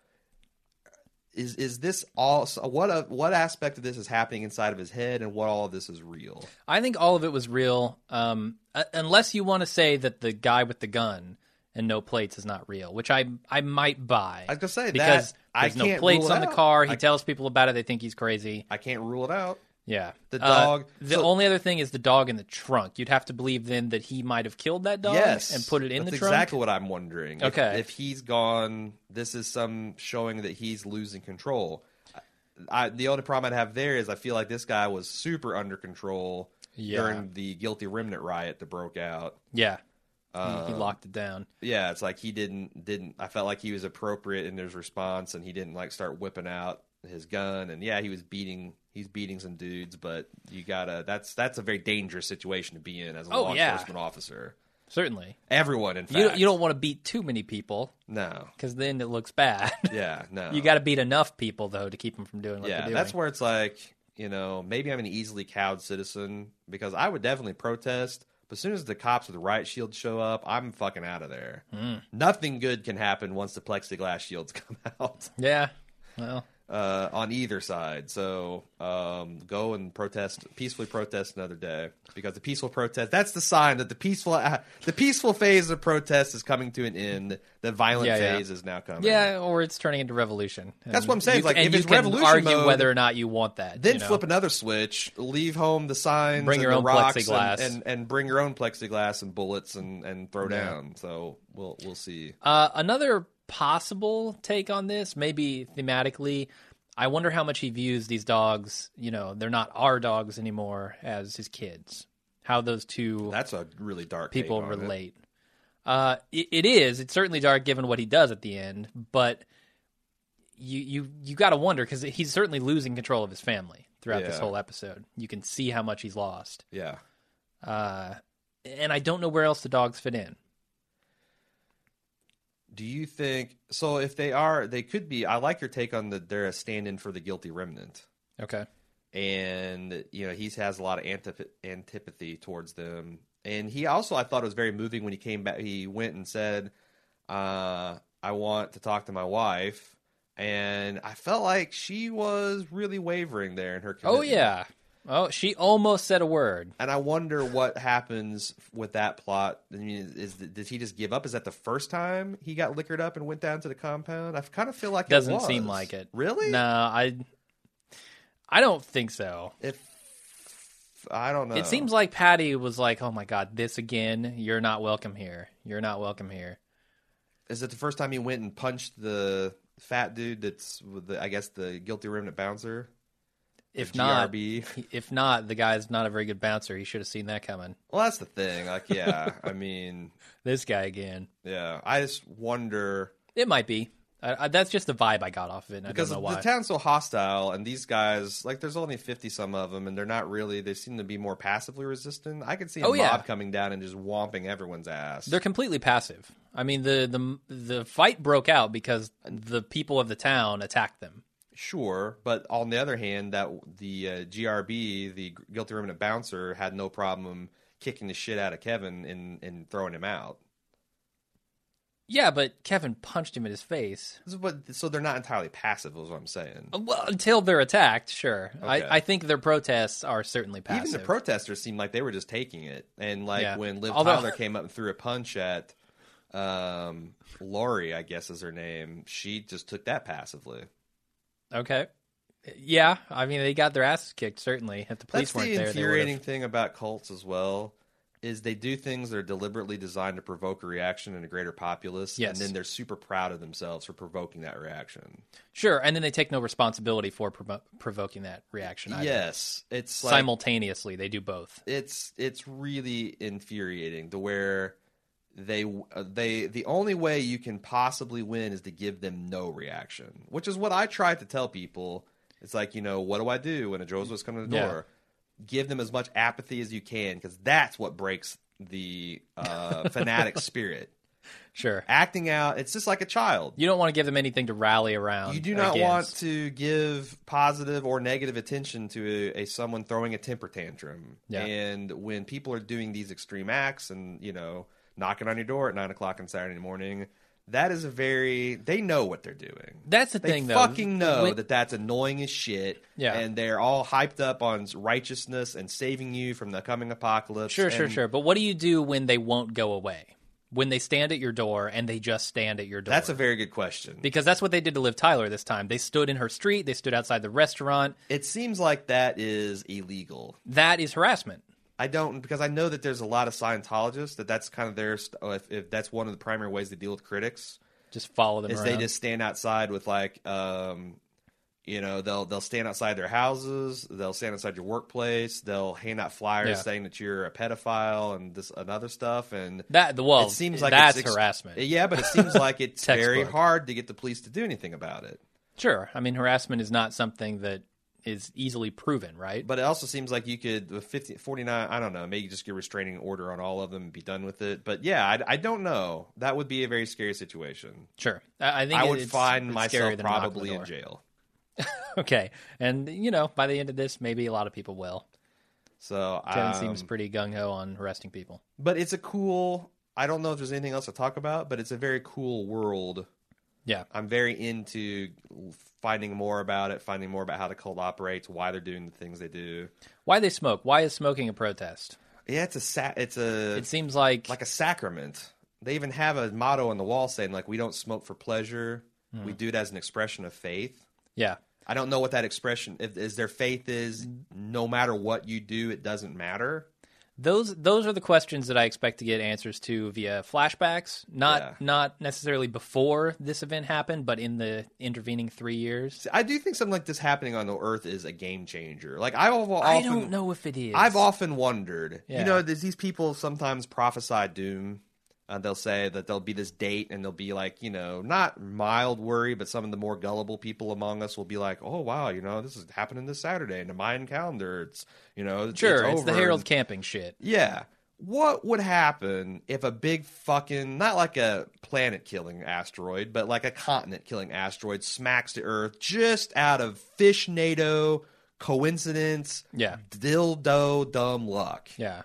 Speaker 2: Is is this all? so What a, what aspect of this is happening inside of his head, and what all of this is real?
Speaker 1: I think all of it was real, um, uh, unless you want to say that the guy with the gun and no plates is not real, which I I might buy.
Speaker 2: I was gonna say, that-
Speaker 1: because
Speaker 2: I
Speaker 1: there's no
Speaker 2: can't
Speaker 1: plates
Speaker 2: rule it
Speaker 1: on the
Speaker 2: out.
Speaker 1: car. He
Speaker 2: I-
Speaker 1: tells people about it. They think he's crazy.
Speaker 2: I can't rule it out.
Speaker 1: Yeah.
Speaker 2: The
Speaker 1: Uh,
Speaker 2: dog-
Speaker 1: the
Speaker 2: so-
Speaker 1: only other thing is the dog in the trunk. You'd have to believe then that he might have killed that dog
Speaker 2: yes,
Speaker 1: and put it in
Speaker 2: That's
Speaker 1: the trunk.
Speaker 2: Exactly what I'm wondering. If-
Speaker 1: Okay.
Speaker 2: if, he's gone, this is some showing that he's losing control. I, the only problem I'd have there is I feel like this guy was super under control
Speaker 1: Yeah.
Speaker 2: during the guilty remnant riot that broke out.
Speaker 1: Yeah. He-
Speaker 2: Uh,
Speaker 1: he locked it down.
Speaker 2: Yeah, it's like he didn't didn't. I felt like he was appropriate in his response, and he didn't like start whipping out his gun. And yeah, he was beating he's beating some dudes, but you gotta that's that's a very dangerous situation to be in as a
Speaker 1: Oh,
Speaker 2: law
Speaker 1: yeah.
Speaker 2: enforcement officer.
Speaker 1: Certainly.
Speaker 2: Everyone, in fact,
Speaker 1: You, you don't want to beat too many people
Speaker 2: no.
Speaker 1: because then it looks bad. [LAUGHS]
Speaker 2: Yeah, no.
Speaker 1: you got to beat enough people, though, to eh? keep them from doing what they're
Speaker 2: Yeah,
Speaker 1: doing.
Speaker 2: that's where it's like, you know, maybe I'm an easily cowed citizen because I would definitely protest. But as soon as the cops with the riot shield show up, I'm fucking out of there.
Speaker 1: Hmm.
Speaker 2: Nothing good can happen once the plexiglass shields [LAUGHS] come out
Speaker 1: Yeah. Well,
Speaker 2: uh, on either side. So um, go and protest peacefully. Protest another day because the peaceful protest—that's the sign that the peaceful uh, the peaceful phase of protest is coming to an end. The violent
Speaker 1: Yeah, yeah.
Speaker 2: phase is now coming.
Speaker 1: yeah, or it's turning into revolution.
Speaker 2: That's
Speaker 1: And
Speaker 2: what I'm saying,
Speaker 1: you-
Speaker 2: like,
Speaker 1: and
Speaker 2: if
Speaker 1: you
Speaker 2: it's
Speaker 1: can
Speaker 2: revolution
Speaker 1: argue
Speaker 2: mode,
Speaker 1: whether or not you want that.
Speaker 2: Then
Speaker 1: you know?
Speaker 2: flip another switch. Leave home the signs.
Speaker 1: Bring
Speaker 2: and
Speaker 1: your
Speaker 2: the
Speaker 1: own
Speaker 2: rocks and-
Speaker 1: plexiglass.
Speaker 2: and, and, bring your own plexiglass and bullets and, and throw down. So we'll we'll see.
Speaker 1: Uh, another possible take on this, maybe thematically, I wonder how much he views these dogs. You know, they're not our dogs anymore as his kids. how those two
Speaker 2: That's a really dark take
Speaker 1: people
Speaker 2: on it.
Speaker 1: relate. Uh, it, it is. It's certainly dark, given what he does at the end. But you you you got to wonder because he's certainly losing control of his family throughout this
Speaker 2: Yeah.
Speaker 1: whole episode. You can see how much he's lost.
Speaker 2: Yeah.
Speaker 1: Uh, and I don't know where else the dogs fit in.
Speaker 2: Do you think so? If they are, they could be. I like your take on that. They're a stand-in for the guilty remnant,
Speaker 1: Okay.
Speaker 2: and you know he has a lot of antip- antipathy towards them. And he also, I thought it was very moving when he came back. He went and said, uh, "I want to talk to my wife," and I felt like she was really wavering there in her.
Speaker 1: Oh
Speaker 2: Commitment.
Speaker 1: yeah. Oh, she almost said a word.
Speaker 2: And I wonder what happens with that plot. I mean, is did he just give up? Is that the first time he got liquored up and went down to the compound? I kind of feel like it
Speaker 1: Doesn't
Speaker 2: was.
Speaker 1: seem like it.
Speaker 2: Really?
Speaker 1: No, I. I don't think so.
Speaker 2: If I don't know.
Speaker 1: It seems like Patty was like, "Oh my god, this again! You're not welcome here. You're not welcome here."
Speaker 2: Is it the first time he went and punched the fat dude? That's with the, I guess the guilty remnant bouncer.
Speaker 1: If
Speaker 2: The
Speaker 1: not,
Speaker 2: GRB.
Speaker 1: he- if not, the guy's not a very good bouncer. He should have seen that coming.
Speaker 2: Well, that's the thing. Like, yeah. I mean,
Speaker 1: This guy again.
Speaker 2: yeah. I just wonder.
Speaker 1: It might be. I, I, that's just the vibe I got off of it. And I
Speaker 2: because
Speaker 1: don't know why.
Speaker 2: the town's so hostile and these guys like there's only 50 some of them and they're not really they seem to be more passively resistant i could see a
Speaker 1: Oh,
Speaker 2: mob
Speaker 1: yeah.
Speaker 2: coming down and just whomping everyone's ass
Speaker 1: They're completely passive. I mean, the the the fight broke out because the people of the town attacked them.
Speaker 2: sure but on the other hand that the uh, grb the guilty remnant bouncer had no problem kicking the shit out of kevin and, and throwing him out
Speaker 1: Yeah, but Kevin punched him in his face.
Speaker 2: so, but, so they're not entirely passive is what i'm saying
Speaker 1: Uh, Well, until they're attacked, sure.
Speaker 2: Okay.
Speaker 1: I, I think their protests are certainly passive.
Speaker 2: Even the protesters seemed like they were just taking it, and like
Speaker 1: Yeah.
Speaker 2: when Liv
Speaker 1: Although-
Speaker 2: Tyler came up and threw a punch at um, Lori, I guess is her name. She just took that passively.
Speaker 1: Okay. Yeah, I mean they got their asses kicked certainly. If the police
Speaker 2: That's
Speaker 1: weren't
Speaker 2: the
Speaker 1: there, they would
Speaker 2: infuriating
Speaker 1: have.
Speaker 2: thing about cults as well is they do things that are deliberately designed to provoke a reaction in a greater populace,
Speaker 1: Yes.
Speaker 2: and then they're super proud of themselves for provoking that reaction.
Speaker 1: Sure, and then they take no responsibility for provo- provoking that reaction. Either.
Speaker 2: Yes, it's like,
Speaker 1: simultaneously they do both.
Speaker 2: it's it's really infuriating to where they uh, they the only way you can possibly win is to give them no reaction, which is what I try to tell people. It's like you know what do I do when a Josua's coming to the
Speaker 1: Yeah.
Speaker 2: door? Give them as much apathy as you can because that's what breaks the uh, fanatic [LAUGHS] spirit.
Speaker 1: Sure,
Speaker 2: Acting out, it's just like a child.
Speaker 1: you don't want to give them anything to rally around.
Speaker 2: You do not
Speaker 1: against.
Speaker 2: want to give positive or negative attention to a, a someone throwing a temper tantrum.
Speaker 1: Yeah.
Speaker 2: And when people are doing these extreme acts and, you know, knocking on your door at nine o'clock on Saturday morning, that is a very they know what they're doing.
Speaker 1: That's the
Speaker 2: they
Speaker 1: thing, though.
Speaker 2: fucking know
Speaker 1: When-
Speaker 2: that that's annoying as shit.
Speaker 1: Yeah.
Speaker 2: And they're all hyped up on righteousness and saving you from the coming apocalypse.
Speaker 1: Sure, sure,
Speaker 2: and
Speaker 1: sure. But what do you do when they won't go away? When they stand at your door and they just stand at your door?
Speaker 2: That's a very good question.
Speaker 1: because that's what they did to Liv Tyler this time. They stood in her street. They stood outside the restaurant.
Speaker 2: It seems like that is illegal.
Speaker 1: That is harassment.
Speaker 2: I don't because I know that there's a lot of Scientologists that that's kind of their st- oh, if, if that's one of the primary ways they deal with critics
Speaker 1: Just follow them
Speaker 2: is
Speaker 1: around.
Speaker 2: they just stand outside with like um you know they'll they'll stand outside their houses they'll stand outside your workplace they'll hand out flyers
Speaker 1: Yeah.
Speaker 2: saying that you're a pedophile and this and other stuff and
Speaker 1: that the well.
Speaker 2: it seems like
Speaker 1: that's
Speaker 2: it's ex-
Speaker 1: harassment.
Speaker 2: yeah but it
Speaker 1: [LAUGHS]
Speaker 2: seems like it's very
Speaker 1: Textbook.
Speaker 2: hard to get the police to do anything about it
Speaker 1: Sure. I mean, harassment is not something that is easily proven, right?
Speaker 2: But it also seems like you could with 50, 49, I don't know, maybe just get a restraining order on all of them and be done with it. But yeah, I, I don't know. That would be a very scary situation.
Speaker 1: sure. I, I think
Speaker 2: I,
Speaker 1: it-
Speaker 2: would
Speaker 1: it's-
Speaker 2: find
Speaker 1: it's
Speaker 2: myself
Speaker 1: scarier than knocking on the
Speaker 2: probably in
Speaker 1: door.
Speaker 2: jail.
Speaker 1: [LAUGHS] Okay, and you know, by the end of this, maybe a lot of people will.
Speaker 2: So
Speaker 1: Kevin
Speaker 2: um,
Speaker 1: seems pretty gung ho on arresting people.
Speaker 2: But it's a cool. I don't know if there's anything else to talk about, but it's a very cool world.
Speaker 1: Yeah,
Speaker 2: I'm very into finding more about it, finding more about how the cult operates, why they're doing the things they do.
Speaker 1: why they smoke? Why is smoking a protest?
Speaker 2: Yeah, it's a sa- it's a
Speaker 1: It seems like,
Speaker 2: like a sacrament. They even have a motto on the wall saying like we don't smoke for pleasure.
Speaker 1: Hmm.
Speaker 2: We do it as an expression of faith.
Speaker 1: yeah,
Speaker 2: I don't know what that expression if, is. Their faith is no matter what you do, it doesn't matter.
Speaker 1: Those those are the questions that I expect to get answers to via flashbacks, not
Speaker 2: Yeah.
Speaker 1: not necessarily before this event happened, but in the intervening three years.
Speaker 2: I do think something like this happening on the Earth is a game changer. Like I've often,
Speaker 1: I don't know if it is.
Speaker 2: I've often wondered.
Speaker 1: Yeah.
Speaker 2: You know, there's these people sometimes prophesy doom. Uh, they'll say that there'll be this date, and they'll be like, you know, not mild worry, but some of the more gullible people among us will be like, "Oh wow, you know, this is happening this Saturday in the Mayan calendar. It's you know, it's,
Speaker 1: sure it's, the
Speaker 2: over."
Speaker 1: Herald camping shit.
Speaker 2: Yeah. What would happen if a big fucking, not like a planet killing asteroid, but like a continent killing asteroid smacks the Earth just out of fish NATO coincidence,
Speaker 1: Yeah.
Speaker 2: dildo dumb luck?
Speaker 1: Yeah.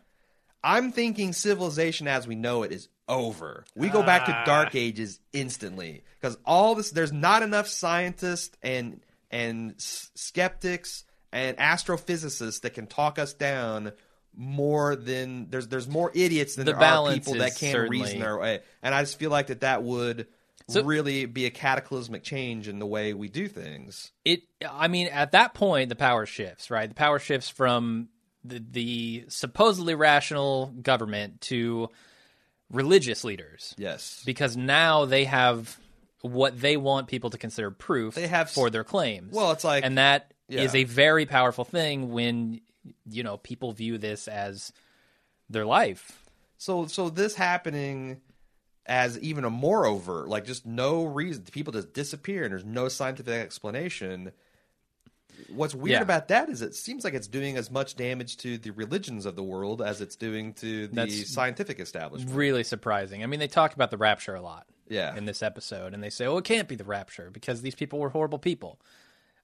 Speaker 2: I'm thinking civilization as we know it is over. We go back to
Speaker 1: Ah.
Speaker 2: dark ages instantly because all this there's not enough scientists and and s- skeptics and astrophysicists that can talk us down more than there's there's more idiots than
Speaker 1: The
Speaker 2: there are
Speaker 1: balance
Speaker 2: people
Speaker 1: is
Speaker 2: that can't
Speaker 1: certainly-
Speaker 2: reason their way. And I just feel like that that would really be a cataclysmic change in the way we do things.
Speaker 1: it i mean at that point the power shifts right the power shifts from the, the supposedly rational government to religious leaders
Speaker 2: Yes.
Speaker 1: because now they have what they want people to consider proof
Speaker 2: They have s-
Speaker 1: for their claims
Speaker 2: Well, it's like-
Speaker 1: and that is
Speaker 2: Yeah.
Speaker 1: a very powerful thing when you know people view this as their life
Speaker 2: So so this happening as even a more overt, like just no reason people just disappear and there's no scientific explanation. What's weird
Speaker 1: Yeah.
Speaker 2: about that is it seems like it's doing as much damage to the religions of the world as it's doing to the
Speaker 1: That's-
Speaker 2: scientific establishment.
Speaker 1: really surprising i mean they talk about the rapture a lot
Speaker 2: Yeah.
Speaker 1: in this episode and they say oh it can't be the rapture because these people were horrible people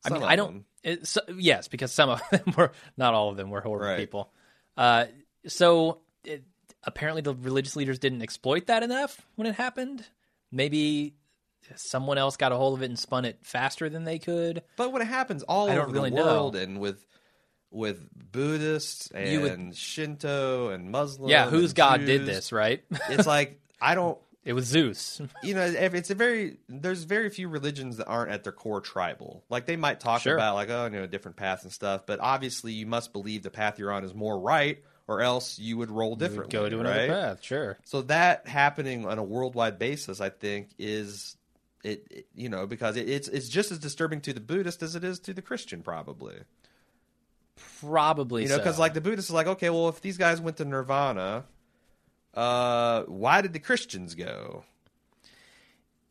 Speaker 1: I mean,
Speaker 2: Some of
Speaker 1: I don't.
Speaker 2: them.
Speaker 1: It, so, yes, because some of [LAUGHS] them were not all of them were horrible
Speaker 2: Right.
Speaker 1: people. Uh, so it, apparently, the religious leaders didn't exploit that enough when it happened. Maybe someone else got a hold of it and spun it faster than they could.
Speaker 2: But when it happens all
Speaker 1: I
Speaker 2: over
Speaker 1: don't really
Speaker 2: the
Speaker 1: know.
Speaker 2: world and with with Buddhists
Speaker 1: You
Speaker 2: and
Speaker 1: would-
Speaker 2: Shinto and Muslim,
Speaker 1: yeah, whose
Speaker 2: and
Speaker 1: god did
Speaker 2: Jews,
Speaker 1: this? Right? [LAUGHS]
Speaker 2: It's like I don't
Speaker 1: it was Zeus. [LAUGHS]
Speaker 2: you know, if it's a very there's very few religions that aren't at their core tribal. Like they might talk
Speaker 1: Sure.
Speaker 2: about like oh, you know, different paths and stuff, but obviously you must believe the path you're on is more right, or else you would roll differently.
Speaker 1: Go to another
Speaker 2: right?
Speaker 1: path. Sure.
Speaker 2: So that happening on a worldwide basis, I think, is it, it- you know because it, it's it's just as disturbing to the Buddhist as it is to the Christian probably.
Speaker 1: Probably.
Speaker 2: You know,
Speaker 1: so.
Speaker 2: because like the Buddhists is like okay, well if these guys went to Nirvana, uh, why did the Christians go?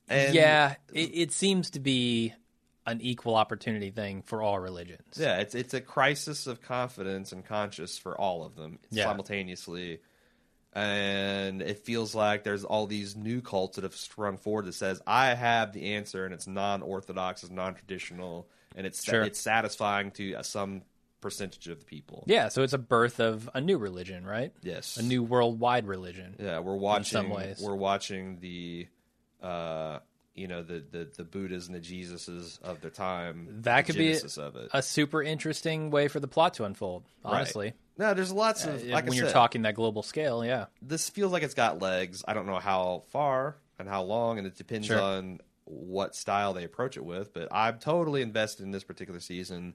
Speaker 2: And-
Speaker 1: yeah, it, it seems to be an equal opportunity thing for all religions.
Speaker 2: Yeah, it's it's a crisis of confidence and conscience for all of them
Speaker 1: Yeah.
Speaker 2: simultaneously, and it feels like there's all these new cults that have sprung forward that says I have the answer, and it's non-orthodox, it's non-traditional, and it's
Speaker 1: Sure.
Speaker 2: it's satisfying to uh, some percentage of the people.
Speaker 1: Yeah, so it's a birth of a new religion, right?
Speaker 2: Yes.
Speaker 1: A new worldwide religion.
Speaker 2: Yeah, we're watching.
Speaker 1: some ways.
Speaker 2: We're watching the, uh, you know, the the the Buddhas and the Jesuses of their time.
Speaker 1: That
Speaker 2: the
Speaker 1: could be
Speaker 2: genesis of it.
Speaker 1: a super interesting way for the plot to unfold,
Speaker 2: Right.
Speaker 1: honestly. Uh,
Speaker 2: No, there's lots of like
Speaker 1: when
Speaker 2: I
Speaker 1: you're
Speaker 2: said,
Speaker 1: talking that global scale, yeah.
Speaker 2: this feels like it's got legs. I don't know how far and how long, and it depends
Speaker 1: Sure.
Speaker 2: on what style they approach it with. But I'm totally invested in this particular season.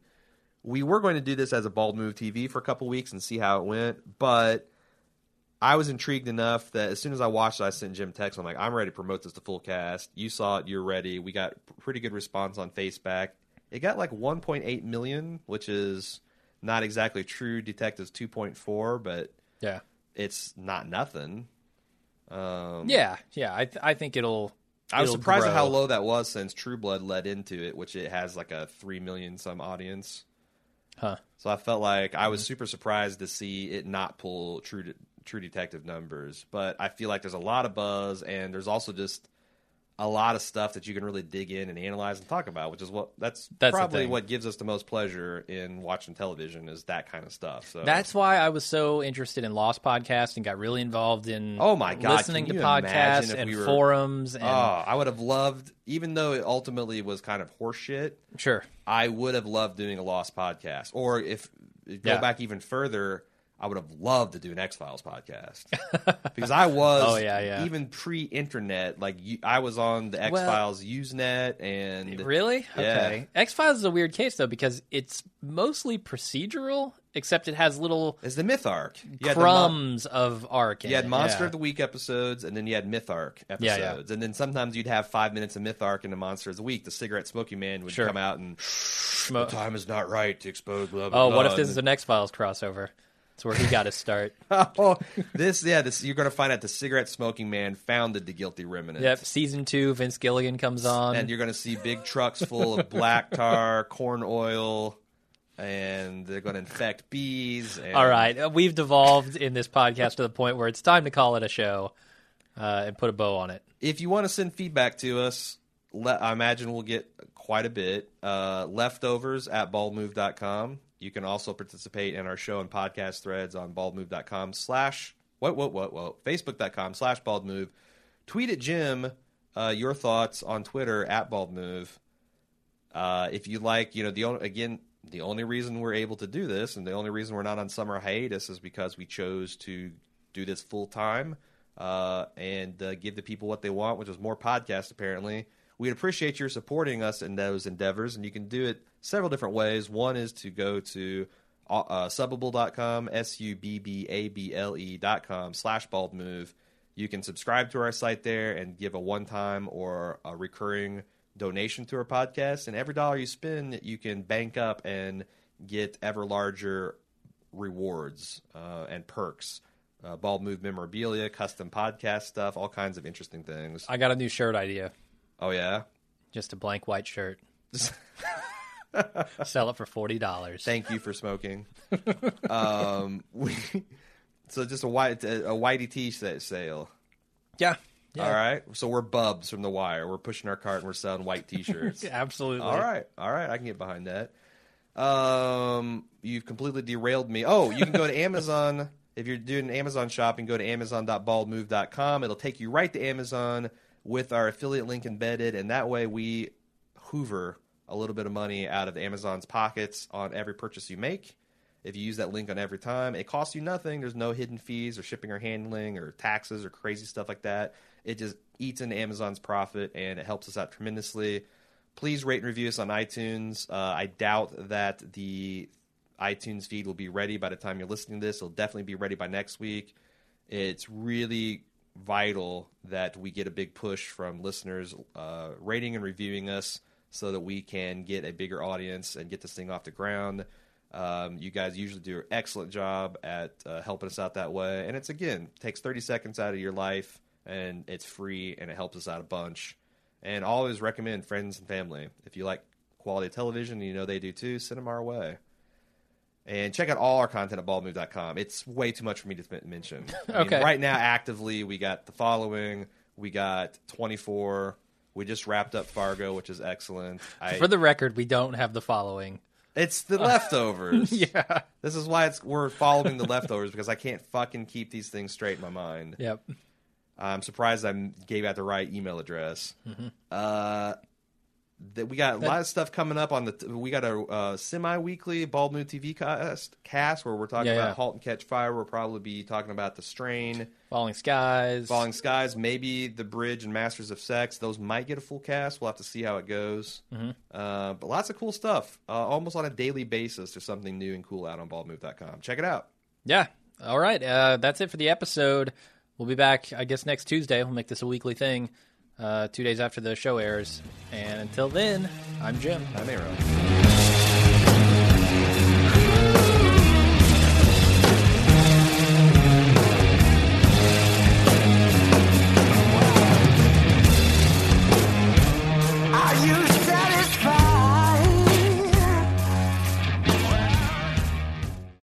Speaker 2: We were going to do this as a bald move TV for a couple weeks and see how it went, but I was intrigued enough that as soon as I watched it, I sent Jim a text. I'm like, I'm ready to promote this to full cast. You saw it, you're ready. We got pretty good response on Faceback. It got like 1.8 million, which is not exactly true. Detectives 2.4, but
Speaker 1: Yeah.
Speaker 2: it's not nothing. Um,
Speaker 1: Yeah, yeah. I th- I think it'll
Speaker 2: I was
Speaker 1: it'll
Speaker 2: surprised at how
Speaker 1: grow.
Speaker 2: low that was since True Blood led into it, which it has like a three million some audience.
Speaker 1: Huh. Mm-hmm.
Speaker 2: So I felt like I was super surprised to see it not pull True De- True Detective numbers, but I feel like there's a lot of buzz and there's also just a lot of stuff that you can really dig in and analyze and talk about, which is what that's,
Speaker 1: That's the
Speaker 2: probably
Speaker 1: thing.
Speaker 2: what gives us the most pleasure in watching television is that kind of stuff. So
Speaker 1: That's why I was so interested in Lost Podcast and got really involved in
Speaker 2: Oh my God,
Speaker 1: listening
Speaker 2: can
Speaker 1: to
Speaker 2: you imagine
Speaker 1: podcasts
Speaker 2: if
Speaker 1: and
Speaker 2: we were-
Speaker 1: forums and
Speaker 2: oh, I would have loved, even though it ultimately was kind of horseshit.
Speaker 1: sure.
Speaker 2: I would have loved doing a Lost podcast. Or if go
Speaker 1: Yeah.
Speaker 2: back even further, I would have loved to do an X Files
Speaker 1: [LAUGHS]
Speaker 2: podcast because I was
Speaker 1: Oh, yeah, yeah.
Speaker 2: even pre-internet like you, I was on the X
Speaker 1: Well-
Speaker 2: Files Usenet and
Speaker 1: Really?
Speaker 2: Yeah.
Speaker 1: Okay. X Files is a weird case though because it's mostly procedural, except it has little
Speaker 2: is the Myth Arc. You had the mon-
Speaker 1: crumbs of arc. in
Speaker 2: You had
Speaker 1: it.
Speaker 2: Monster
Speaker 1: Yeah.
Speaker 2: of the Week episodes, and then you had Myth Arc episodes,
Speaker 1: yeah.
Speaker 2: and then sometimes you'd have five minutes of Myth Arc and a Monster of the Week. The cigarette smoking man would
Speaker 1: Sure.
Speaker 2: come out and
Speaker 1: Schmo-
Speaker 2: the time is not right to expose. Blah, blah,
Speaker 1: Oh,
Speaker 2: blah.
Speaker 1: what if this
Speaker 2: And-
Speaker 1: is an X Files crossover? It's where he got his
Speaker 2: [LAUGHS]
Speaker 1: start.
Speaker 2: oh, this yeah, this you're gonna find out the cigarette smoking man founded the guilty remnant.
Speaker 1: yep. Season two, Vince Gilligan comes on.
Speaker 2: And you're gonna see big trucks full of black tar, [LAUGHS] corn oil, and they're gonna infect bees. And
Speaker 1: All right, uh, we've devolved in this podcast to the point where it's time to call it a show uh, and put a bow on it.
Speaker 2: If you want to send feedback to us, le- I imagine we'll get quite a bit. Uh, leftovers at baldmove.com. You can also participate in our show and podcast threads on baldmove.com slash what what what what facebook.com slash baldmove. Tweet at Jim uh, your thoughts on Twitter at baldmove. Uh, if you like, you know, the only, again, the only reason we're able to do this and the only reason we're not on summer hiatus is because we chose to do this full time uh, and uh, give the people what they want, which is more podcasts, apparently. We'd appreciate your supporting us in those endeavors, and you can do it several different ways. One is to go to uh, uh, subbable.com, S U B B A B L E.com, slash bald move. You can subscribe to our site there and give a one time or a recurring donation to our podcast. And every dollar you spend, you can bank up and get ever larger rewards uh, and perks. Uh, Bald Move memorabilia, custom podcast stuff, all kinds of interesting things.
Speaker 1: I got a new shirt idea,
Speaker 2: Oh, yeah.
Speaker 1: just a blank white
Speaker 2: [LAUGHS]
Speaker 1: shirt. Sell it for forty dollars.
Speaker 2: Thank you for smoking. um, we, so just a, white, a whitey t set sale.
Speaker 1: Yeah, yeah,
Speaker 2: All right. So we're bubs from The Wire. We're pushing our cart and we're selling white t shirts.
Speaker 1: absolutely.
Speaker 2: All right, all right, I can get behind that. Um, you've completely derailed me. Oh, you can go to Amazon if you're doing Amazon shopping. Go to amazon.baldmove.com. It'll take you right to Amazon with our affiliate link embedded, and that way we hoover a little bit of money out of Amazon's pockets on every purchase you make. If you use that link on every time, it costs you nothing. There's no hidden fees or shipping or handling or taxes or crazy stuff like that. It just eats into Amazon's profit and it helps us out tremendously. Please rate and review us on iTunes. Uh, I doubt that the iTunes feed will be ready by the time you're listening to this. It'll definitely be ready by next week. It's really vital that we get a big push from listeners uh, rating and reviewing us so that we can get a bigger audience and get this thing off the ground. Um, you guys usually do an excellent job at uh, helping us out that way. And it's, again, takes 30 seconds out of your life and it's free and it helps us out a bunch. And always recommend friends and family. If you like quality television, you know they do too, send them our way. And check out all our content at baldmove.com. It's way too much for me to m- mention. I mean,
Speaker 1: Okay.
Speaker 2: right now, actively, we got the following, we got 24. We just wrapped up Fargo, which is excellent. I,
Speaker 1: For the record, we don't have the following.
Speaker 2: it's
Speaker 1: [LAUGHS]
Speaker 2: the leftovers. yeah. This is why it's we're following the leftovers because I can't fucking keep these things straight in my mind.
Speaker 1: Yep.
Speaker 2: I'm surprised I gave out the right email address.
Speaker 1: Mm-hmm.
Speaker 2: Uh, that we got a lot of stuff coming up on the. we got a uh, semi-weekly Bald Moon TV cast cast where we're talking
Speaker 1: Yeah,
Speaker 2: about
Speaker 1: yeah.
Speaker 2: Halt and Catch Fire. We'll probably be talking about the Strain,
Speaker 1: Falling skies.
Speaker 2: Falling Skies, maybe the Bridge and Masters of Sex. Those might get a full cast. We'll have to see how it goes.
Speaker 1: Mm-hmm.
Speaker 2: Uh, but lots of cool stuff, uh, almost on a daily basis. There's something new and cool out on BaldMove.com. Check it out.
Speaker 1: Yeah. All right. Uh, that's it for the episode. We'll be back, I guess, next Tuesday. We'll make this a weekly thing, uh, two days after the show airs. And until then, I'm Jim.
Speaker 2: I'm Aaron.
Speaker 4: I used